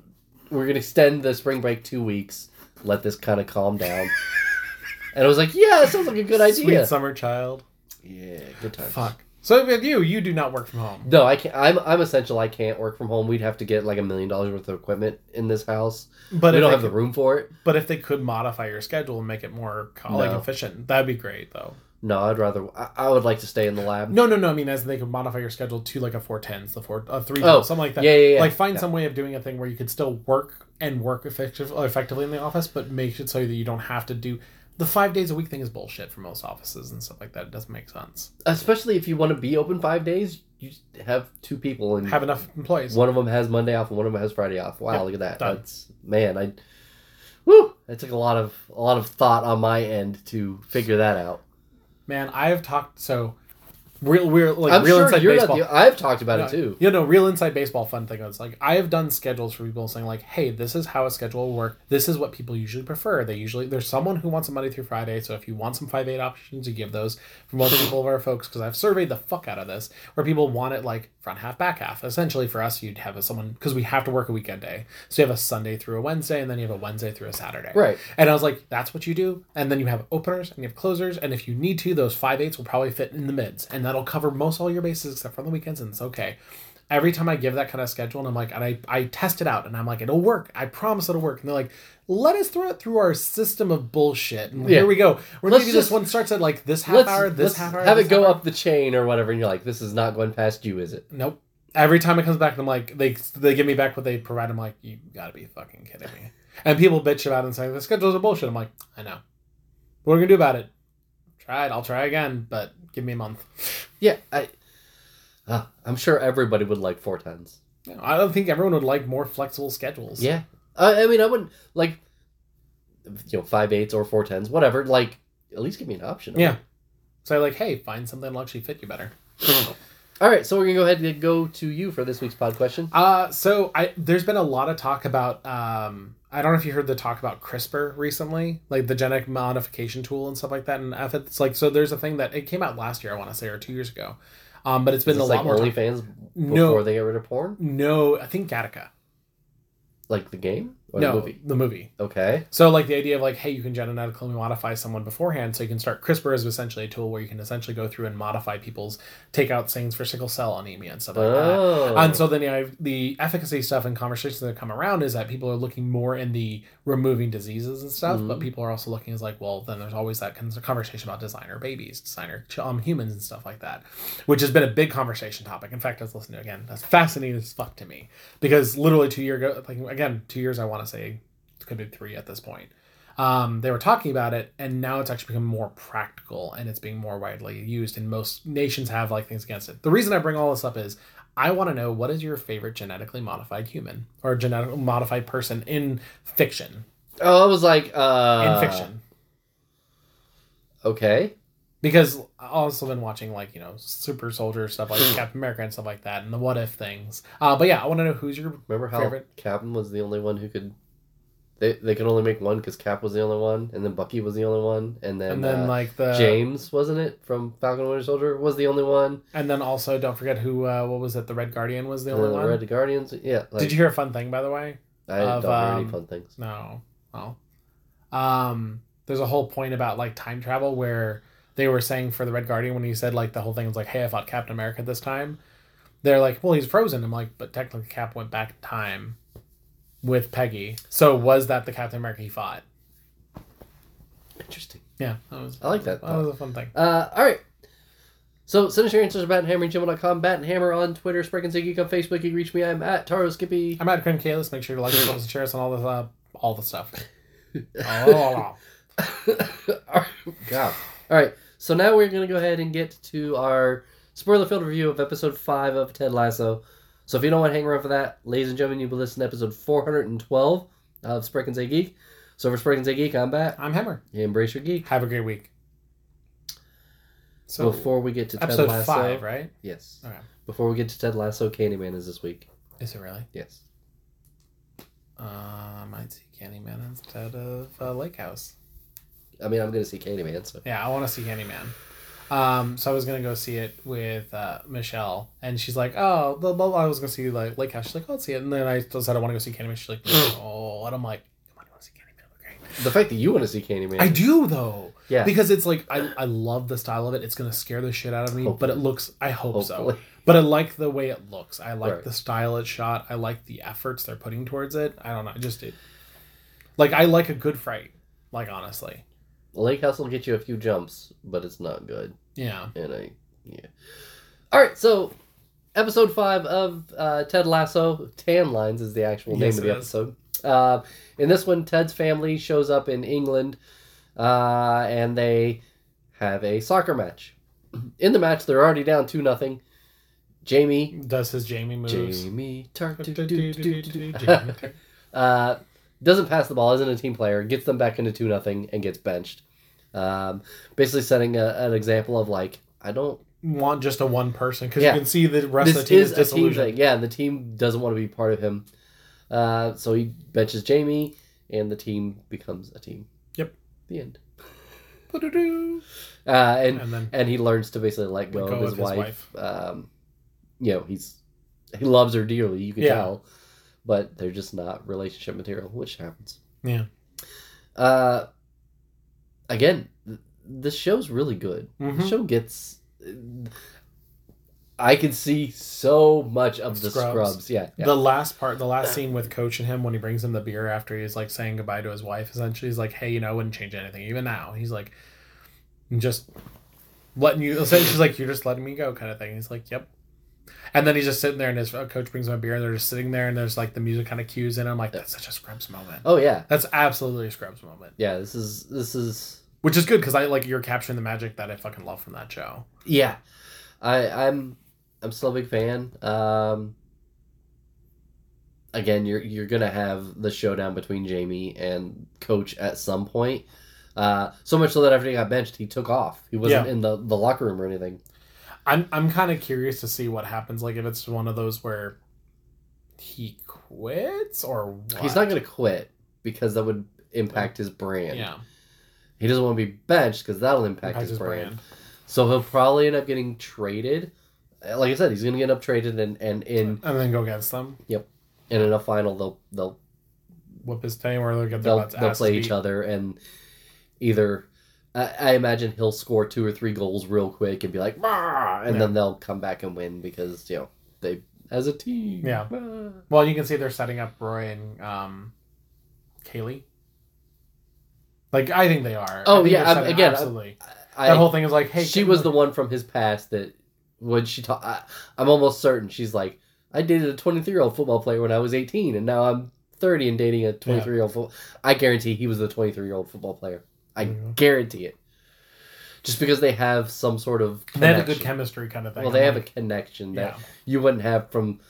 Speaker 1: we're gonna extend the spring break two weeks. Let this kind of calm down." and I was like, "Yeah, that sounds like a good idea."
Speaker 2: Sweet summer child.
Speaker 1: Yeah, good times.
Speaker 2: Fuck. So with you, you do not work from home.
Speaker 1: No, I can't. I'm I'm essential. I can't work from home. We'd have to get like a million dollars worth of equipment in this house.
Speaker 2: But
Speaker 1: we
Speaker 2: if
Speaker 1: don't
Speaker 2: they
Speaker 1: have
Speaker 2: could,
Speaker 1: the room for it.
Speaker 2: but if they could modify your schedule and make it more co- like
Speaker 1: No.
Speaker 2: efficient, that'd be great though.
Speaker 1: No, I'd rather. I, I would like to stay in the lab.
Speaker 2: No, no, no. I mean, as they could modify your schedule to like a four tens, the four, a three,
Speaker 1: Oh,
Speaker 2: something like that.
Speaker 1: yeah, yeah, yeah.
Speaker 2: Like find
Speaker 1: Yeah.
Speaker 2: some way of doing a thing where you could still work and work effective, effectively in the office, but make it so that you don't have to do the five days a week thing is bullshit for most offices and stuff like that. It doesn't make sense.
Speaker 1: Especially if you want to be open five days, you just have two people and
Speaker 2: Have enough employees.
Speaker 1: One of them has Monday off, and one of them has Friday off. Wow,
Speaker 2: Yep,
Speaker 1: look at that.
Speaker 2: done.
Speaker 1: That's man, I woo. That took a lot of a lot of thought on my end to figure that out.
Speaker 2: Man, I have talked so real weird like
Speaker 1: I'm
Speaker 2: real
Speaker 1: sure
Speaker 2: inside
Speaker 1: you're
Speaker 2: baseball.
Speaker 1: not the. I've talked about it
Speaker 2: No,
Speaker 1: too.
Speaker 2: You know, real inside baseball fun thing is like I have done schedules for people saying like, "Hey, this is how a schedule will work. This is what people usually prefer. They usually there's someone who wants a Monday through Friday. So if you want some five eight options, you give those. For most people of our folks, because I've surveyed the fuck out of this, where people want it like front half back half. Essentially, for us, you'd have a, someone because we have to work a weekend day, so you have a Sunday through a Wednesday, and then you have a Wednesday through a Saturday.
Speaker 1: Right.
Speaker 2: And I was like, that's what you do. And then you have openers and you have closers. And if you need to, those five eights will probably fit in the mids. And that'll cover most all your bases except for on the weekends. And it's okay. Every time I give that kind of schedule and I'm like, and I, I test it out and I'm like, it'll work. I promise it'll work. And they're like, let us throw it through our system of bullshit. And
Speaker 1: Yeah.
Speaker 2: here we go. We're
Speaker 1: Let's
Speaker 2: going to do this
Speaker 1: just-
Speaker 2: one starts at like this half
Speaker 1: Let's,
Speaker 2: hour, this
Speaker 1: let's
Speaker 2: half hour.
Speaker 1: have
Speaker 2: this
Speaker 1: it go
Speaker 2: half hour.
Speaker 1: up the chain or whatever, and you're like, this is not going past you, is it?
Speaker 2: Nope. Every time it comes back, I'm like, they they give me back what they provide. I'm like, you gotta be fucking kidding me. And people bitch about it and say the schedules are bullshit. I'm like, I know. What are we gonna do about it? Try it. I'll try again, but give me a month.
Speaker 1: Yeah, I. Uh, I'm sure everybody would like four tens.
Speaker 2: You know, I don't think everyone would like more flexible schedules.
Speaker 1: Yeah, I, I mean, I wouldn't like, you know, five eights or four tens, whatever. Like, at least give me an option.
Speaker 2: Yeah. So like, hey, find something that'll actually fit you better.
Speaker 1: All right, so we're gonna go ahead and go to you for this week's pod question.
Speaker 2: Uh, so I there's been a lot of talk about um, I don't know if you heard the talk about CRISPR recently, like the genetic modification tool and stuff like that. And if it's like so, there's a thing that it came out last year, I want to say, or two years ago. Um, but it's
Speaker 1: Is
Speaker 2: been a
Speaker 1: this like
Speaker 2: lot more. talk-
Speaker 1: OnlyFans before
Speaker 2: No.
Speaker 1: they get rid of porn,
Speaker 2: no, I think Gattaca.
Speaker 1: like the game or
Speaker 2: No,
Speaker 1: the movie?
Speaker 2: the movie.
Speaker 1: Okay,
Speaker 2: So like the idea of like, hey, you can genetically modify someone beforehand, so you can start CRISPR is essentially a tool where you can essentially go through and modify people's take out things for sickle cell anemia and stuff like that.
Speaker 1: oh,
Speaker 2: And so then you know, the efficacy stuff and conversations that come around is that people are looking more in the removing diseases and stuff, but
Speaker 1: Mhm.
Speaker 2: people are also looking as like, well, then there's always that cons- conversation about designer babies, designer ch- um, humans and stuff like that, which has been a big conversation topic. In fact, I was listening to it again. That's fascinating as fuck to me because literally two years ago, like again, two years, I want to say it could be three at this point. Um, they were talking about it, and now it's actually become more practical and it's being more widely used. And most nations have like things against it. The reason I bring all this up is I want to know what is your favorite genetically modified human or genetically modified person in fiction?
Speaker 1: oh, I was like,
Speaker 2: In
Speaker 1: uh,
Speaker 2: fiction,
Speaker 1: Okay,
Speaker 2: because I also been watching like you know super soldier stuff like
Speaker 1: Hmm.
Speaker 2: Captain America and stuff like that, and the what if things. Uh, but yeah, I want to know who's your
Speaker 1: remember how
Speaker 2: Favorite?
Speaker 1: Captain was the only one who could. They, they could only make one because Cap was the only one, and then Bucky was the only one, and then,
Speaker 2: and, then
Speaker 1: uh,
Speaker 2: like the
Speaker 1: James wasn't it from Falcon and Winter Soldier was the only one.
Speaker 2: and then also don't forget who uh, what was it? The Red Guardian was the
Speaker 1: The
Speaker 2: only one.
Speaker 1: Red Guardians, yeah. Like,
Speaker 2: Did you hear a fun thing by the way?
Speaker 1: I don't
Speaker 2: of,
Speaker 1: hear any
Speaker 2: um,
Speaker 1: fun things.
Speaker 2: No. Well, um, there's a whole point about like time travel where they were saying for the Red Guardian when he said like the whole thing was like, "Hey, I fought Captain America this time." They're like, "Well, he's frozen." I'm like, "But technically, Cap went back in time with Peggy. So was that the Captain America he fought?"
Speaker 1: Interesting.
Speaker 2: Yeah, that was.
Speaker 1: I like that
Speaker 2: That was a fun thing.
Speaker 1: Uh, all right. So send us your answers about batandhammer@gmail.com, bat and hammer on Twitter, Sprink and Zig Geek on Facebook. You can reach me. I'm at Taro Skippy.
Speaker 2: I'm at Grim Kalis. Make sure to like, follow, and share us on all the uh, all the stuff. oh,
Speaker 1: God. All right. So now we're gonna go ahead and get to our spoiler filled review of episode five of Ted Lasso. So if you don't want to hang around for that, ladies and gentlemen, you've been listening to episode 412 of Sprink and Zig Geek. So for Sprink and Zig Geek, I'm Bat.
Speaker 2: I'm Hammer.
Speaker 1: Embrace your geek.
Speaker 2: Have a great week. So
Speaker 1: Before we get to Ted
Speaker 2: episode
Speaker 1: Lasso,
Speaker 2: five, right?
Speaker 1: yes.
Speaker 2: Okay.
Speaker 1: Before we get to Ted Lasso, Candyman is this week.
Speaker 2: Is it really?
Speaker 1: Yes.
Speaker 2: Uh, I might see Candyman instead of uh, Lake House.
Speaker 1: I mean, I'm gonna see Candyman. So
Speaker 2: Yeah, I want to see Candyman. Um, so I was gonna go see it with uh, Michelle, and she's like, "Oh, blah, blah, blah. I was gonna see like Lake House." She's like, "Oh, let's see it." And then I still said I want to go see Candyman. She's like, "Oh," and I'm like, "Come on, you want to see Candyman? Okay."
Speaker 1: the fact that you want to see Candyman,
Speaker 2: I do though,
Speaker 1: Yeah.
Speaker 2: because it's like I, I love the style of it. It's gonna scare the shit out of me, but it
Speaker 1: Hopefully.
Speaker 2: looks. I hope so.
Speaker 1: Hopefully.
Speaker 2: But I like the way it looks. I like
Speaker 1: Right.
Speaker 2: the style it's shot. I like the efforts they're putting towards it. I don't know. I Just it, like I like a good fright. Like honestly,
Speaker 1: Lake House will get you a few jumps, but it's not good.
Speaker 2: yeah.
Speaker 1: And I, yeah. All right, so episode five of uh, Ted Lasso, Tan Lines is the actual name
Speaker 2: Yes,
Speaker 1: of
Speaker 2: it
Speaker 1: the
Speaker 2: is.
Speaker 1: episode. Uh, in this one, Ted's family shows up in England, uh, and they have a soccer match. In the match, they're already down two nothing. Jamie,
Speaker 2: Does his Jamie moves?
Speaker 1: Jamie, Tark, do, do, do, do, do, do.
Speaker 2: Jamie.
Speaker 1: Uh, doesn't pass the ball, isn't a team player, gets them back into 2 nothing and gets benched. Um, basically setting a, an example of like, I don't
Speaker 2: want just a one person because
Speaker 1: Yeah.
Speaker 2: you can see the rest
Speaker 1: this
Speaker 2: of the team
Speaker 1: is,
Speaker 2: is,
Speaker 1: a team
Speaker 2: disillusioned.
Speaker 1: thing. Yeah, the team doesn't want to be part of him. Uh, so he benches Jamie, and the team becomes a team.
Speaker 2: Yep.
Speaker 1: The end.
Speaker 2: Ba-da-doo.
Speaker 1: Uh, and
Speaker 2: And then
Speaker 1: and he learns to basically let go,
Speaker 2: Let
Speaker 1: of his, wife. Um, you know, he's he loves her dearly. You can
Speaker 2: Yeah.
Speaker 1: tell, but they're just not relationship material, which happens.
Speaker 2: Yeah.
Speaker 1: Uh, again, th- this show's really good. The
Speaker 2: Mhm.
Speaker 1: show gets. I can see so much of the
Speaker 2: Scrubs.
Speaker 1: scrubs. Yeah, yeah.
Speaker 2: the last part, the last scene with Coach and him when he brings him the beer after he's like saying goodbye to his wife. Essentially, he's like, "Hey, you know, I wouldn't change anything, even now." He's like, "I'm "Just letting you." Essentially, she's like, "You're just letting me go," kind of thing. He's like, "Yep." And then he's just sitting there, and his uh, coach brings him a beer, and they're just sitting there, and there's like the music kind of cues in. I'm like, "That's such a Scrubs moment."
Speaker 1: oh yeah,
Speaker 2: That's absolutely a Scrubs moment.
Speaker 1: yeah. This is this is
Speaker 2: which is good because I like you're capturing the magic that I fucking love from that show.
Speaker 1: yeah. I I'm I'm still a big fan. Um, again, you're you're gonna have the showdown between Jamie and Coach at some point. Uh, so much so that after he got benched, he took off. He wasn't
Speaker 2: Yeah.
Speaker 1: in the, the locker room or anything.
Speaker 2: I'm I'm kind of curious to see what happens. Like if it's one of those where he quits or what?
Speaker 1: He's not gonna quit because that would impact his brand.
Speaker 2: Yeah,
Speaker 1: He doesn't want to be benched because that'll impact,
Speaker 2: impact
Speaker 1: his,
Speaker 2: his
Speaker 1: brand.
Speaker 2: brand.
Speaker 1: So he'll probably end up getting traded. Uh, Like I said, he's going to get up traded, and, and in
Speaker 2: and then go against them,
Speaker 1: and in a final they'll they'll
Speaker 2: whip his thing, or they'll get their
Speaker 1: they'll,
Speaker 2: butts
Speaker 1: they'll
Speaker 2: ass
Speaker 1: play each other, and either I, I imagine he'll score two or three goals real quick and be like, "Rah!" and
Speaker 2: Yeah.
Speaker 1: then they'll come back and win because you know they as a team.
Speaker 2: Yeah.
Speaker 1: "Rah."
Speaker 2: Well, you can see they're setting up Roy and um, Kaylee. Like I think they are.
Speaker 1: Oh,
Speaker 2: I think
Speaker 1: yeah,
Speaker 2: they're
Speaker 1: I'm-
Speaker 2: setting-
Speaker 1: again,
Speaker 2: absolutely.
Speaker 1: I,
Speaker 2: that whole thing is like, hey,
Speaker 1: she
Speaker 2: can-
Speaker 1: was the one from his past that when she talk, I, I'm almost certain she's like, I dated a 23 year old football player when I was 18, and now I'm 30 and dating a 23 year old. Fo- I guarantee he was the 23 year old football player. I
Speaker 2: Mhm.
Speaker 1: guarantee it. Just because they have some sort of
Speaker 2: They have a good
Speaker 1: connection.
Speaker 2: chemistry kind of thing.
Speaker 1: Well, they
Speaker 2: I'm
Speaker 1: have a
Speaker 2: like,
Speaker 1: connection that
Speaker 2: yeah.
Speaker 1: you wouldn't have from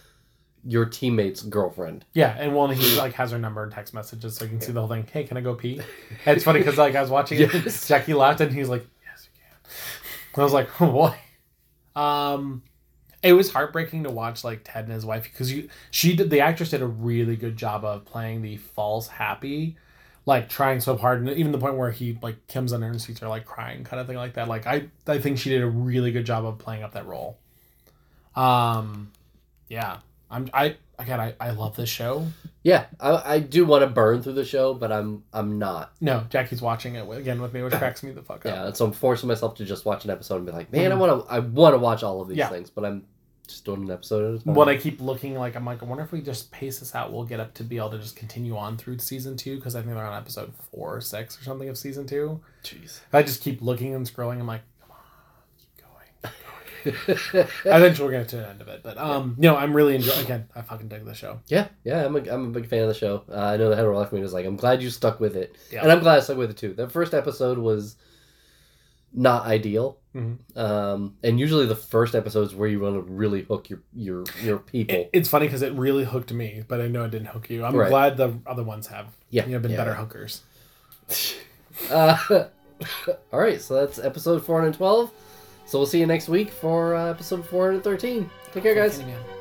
Speaker 1: your teammate's girlfriend.
Speaker 2: Yeah, and one he like has her number and text messages, so you can see the whole thing. Hey, can I go pee? And it's funny because like I was watching
Speaker 1: Yes.
Speaker 2: it, Jackie laughed, and he's like, "Yes, you can." And I was like, "Oh boy." Um, it was heartbreaking to watch like Ted and his wife because you she did the actress did a really good job of playing the false happy, like trying so hard, and even the point where he like comes under and sees her like crying, kind of thing like that. Like I I think she did a really good job of playing up that role. Um, yeah, I'm I again I I love this show.
Speaker 1: Yeah, I, I do want to burn through the show, but I'm I'm not.
Speaker 2: No, Jackie's watching it wi- again with me, which cracks me the fuck
Speaker 1: Yeah,
Speaker 2: up.
Speaker 1: so I'm forcing myself to just watch an episode and be like, man, I
Speaker 2: Mhm.
Speaker 1: want to, I want to watch all of these
Speaker 2: Yeah.
Speaker 1: things, but I'm just doing an episode at a time.
Speaker 2: When I keep looking, like I'm like, I wonder if we just pace this out, we'll get up to be able to just continue on through season two because I think they're on episode four or six or something of season two.
Speaker 1: Jeez.
Speaker 2: I just keep looking and scrolling. I'm like, come on, keep going. Eventually, we're gonna get to the end of it, but um, no, I'm really enjoying. Again, I fucking dig the show.
Speaker 1: yeah, yeah, I'm a, I'm a big fan of the show. Uh, I know the hetero left me was like, I'm glad you stuck with it,
Speaker 2: Yeah.
Speaker 1: and I'm glad I stuck with it too. That first episode was not ideal.
Speaker 2: Mhm.
Speaker 1: Um, and usually the first episodes where you want to really hook your your your people.
Speaker 2: It, it's funny because it really hooked me, but I know it didn't hook you. I'm
Speaker 1: Right.
Speaker 2: glad the other ones have.
Speaker 1: Yeah,
Speaker 2: you know, been
Speaker 1: yeah.
Speaker 2: better hookers.
Speaker 1: Uh, all right, so that's episode 412. So we'll see you next week for uh, episode 413. Take care, guys.
Speaker 2: Fucking man.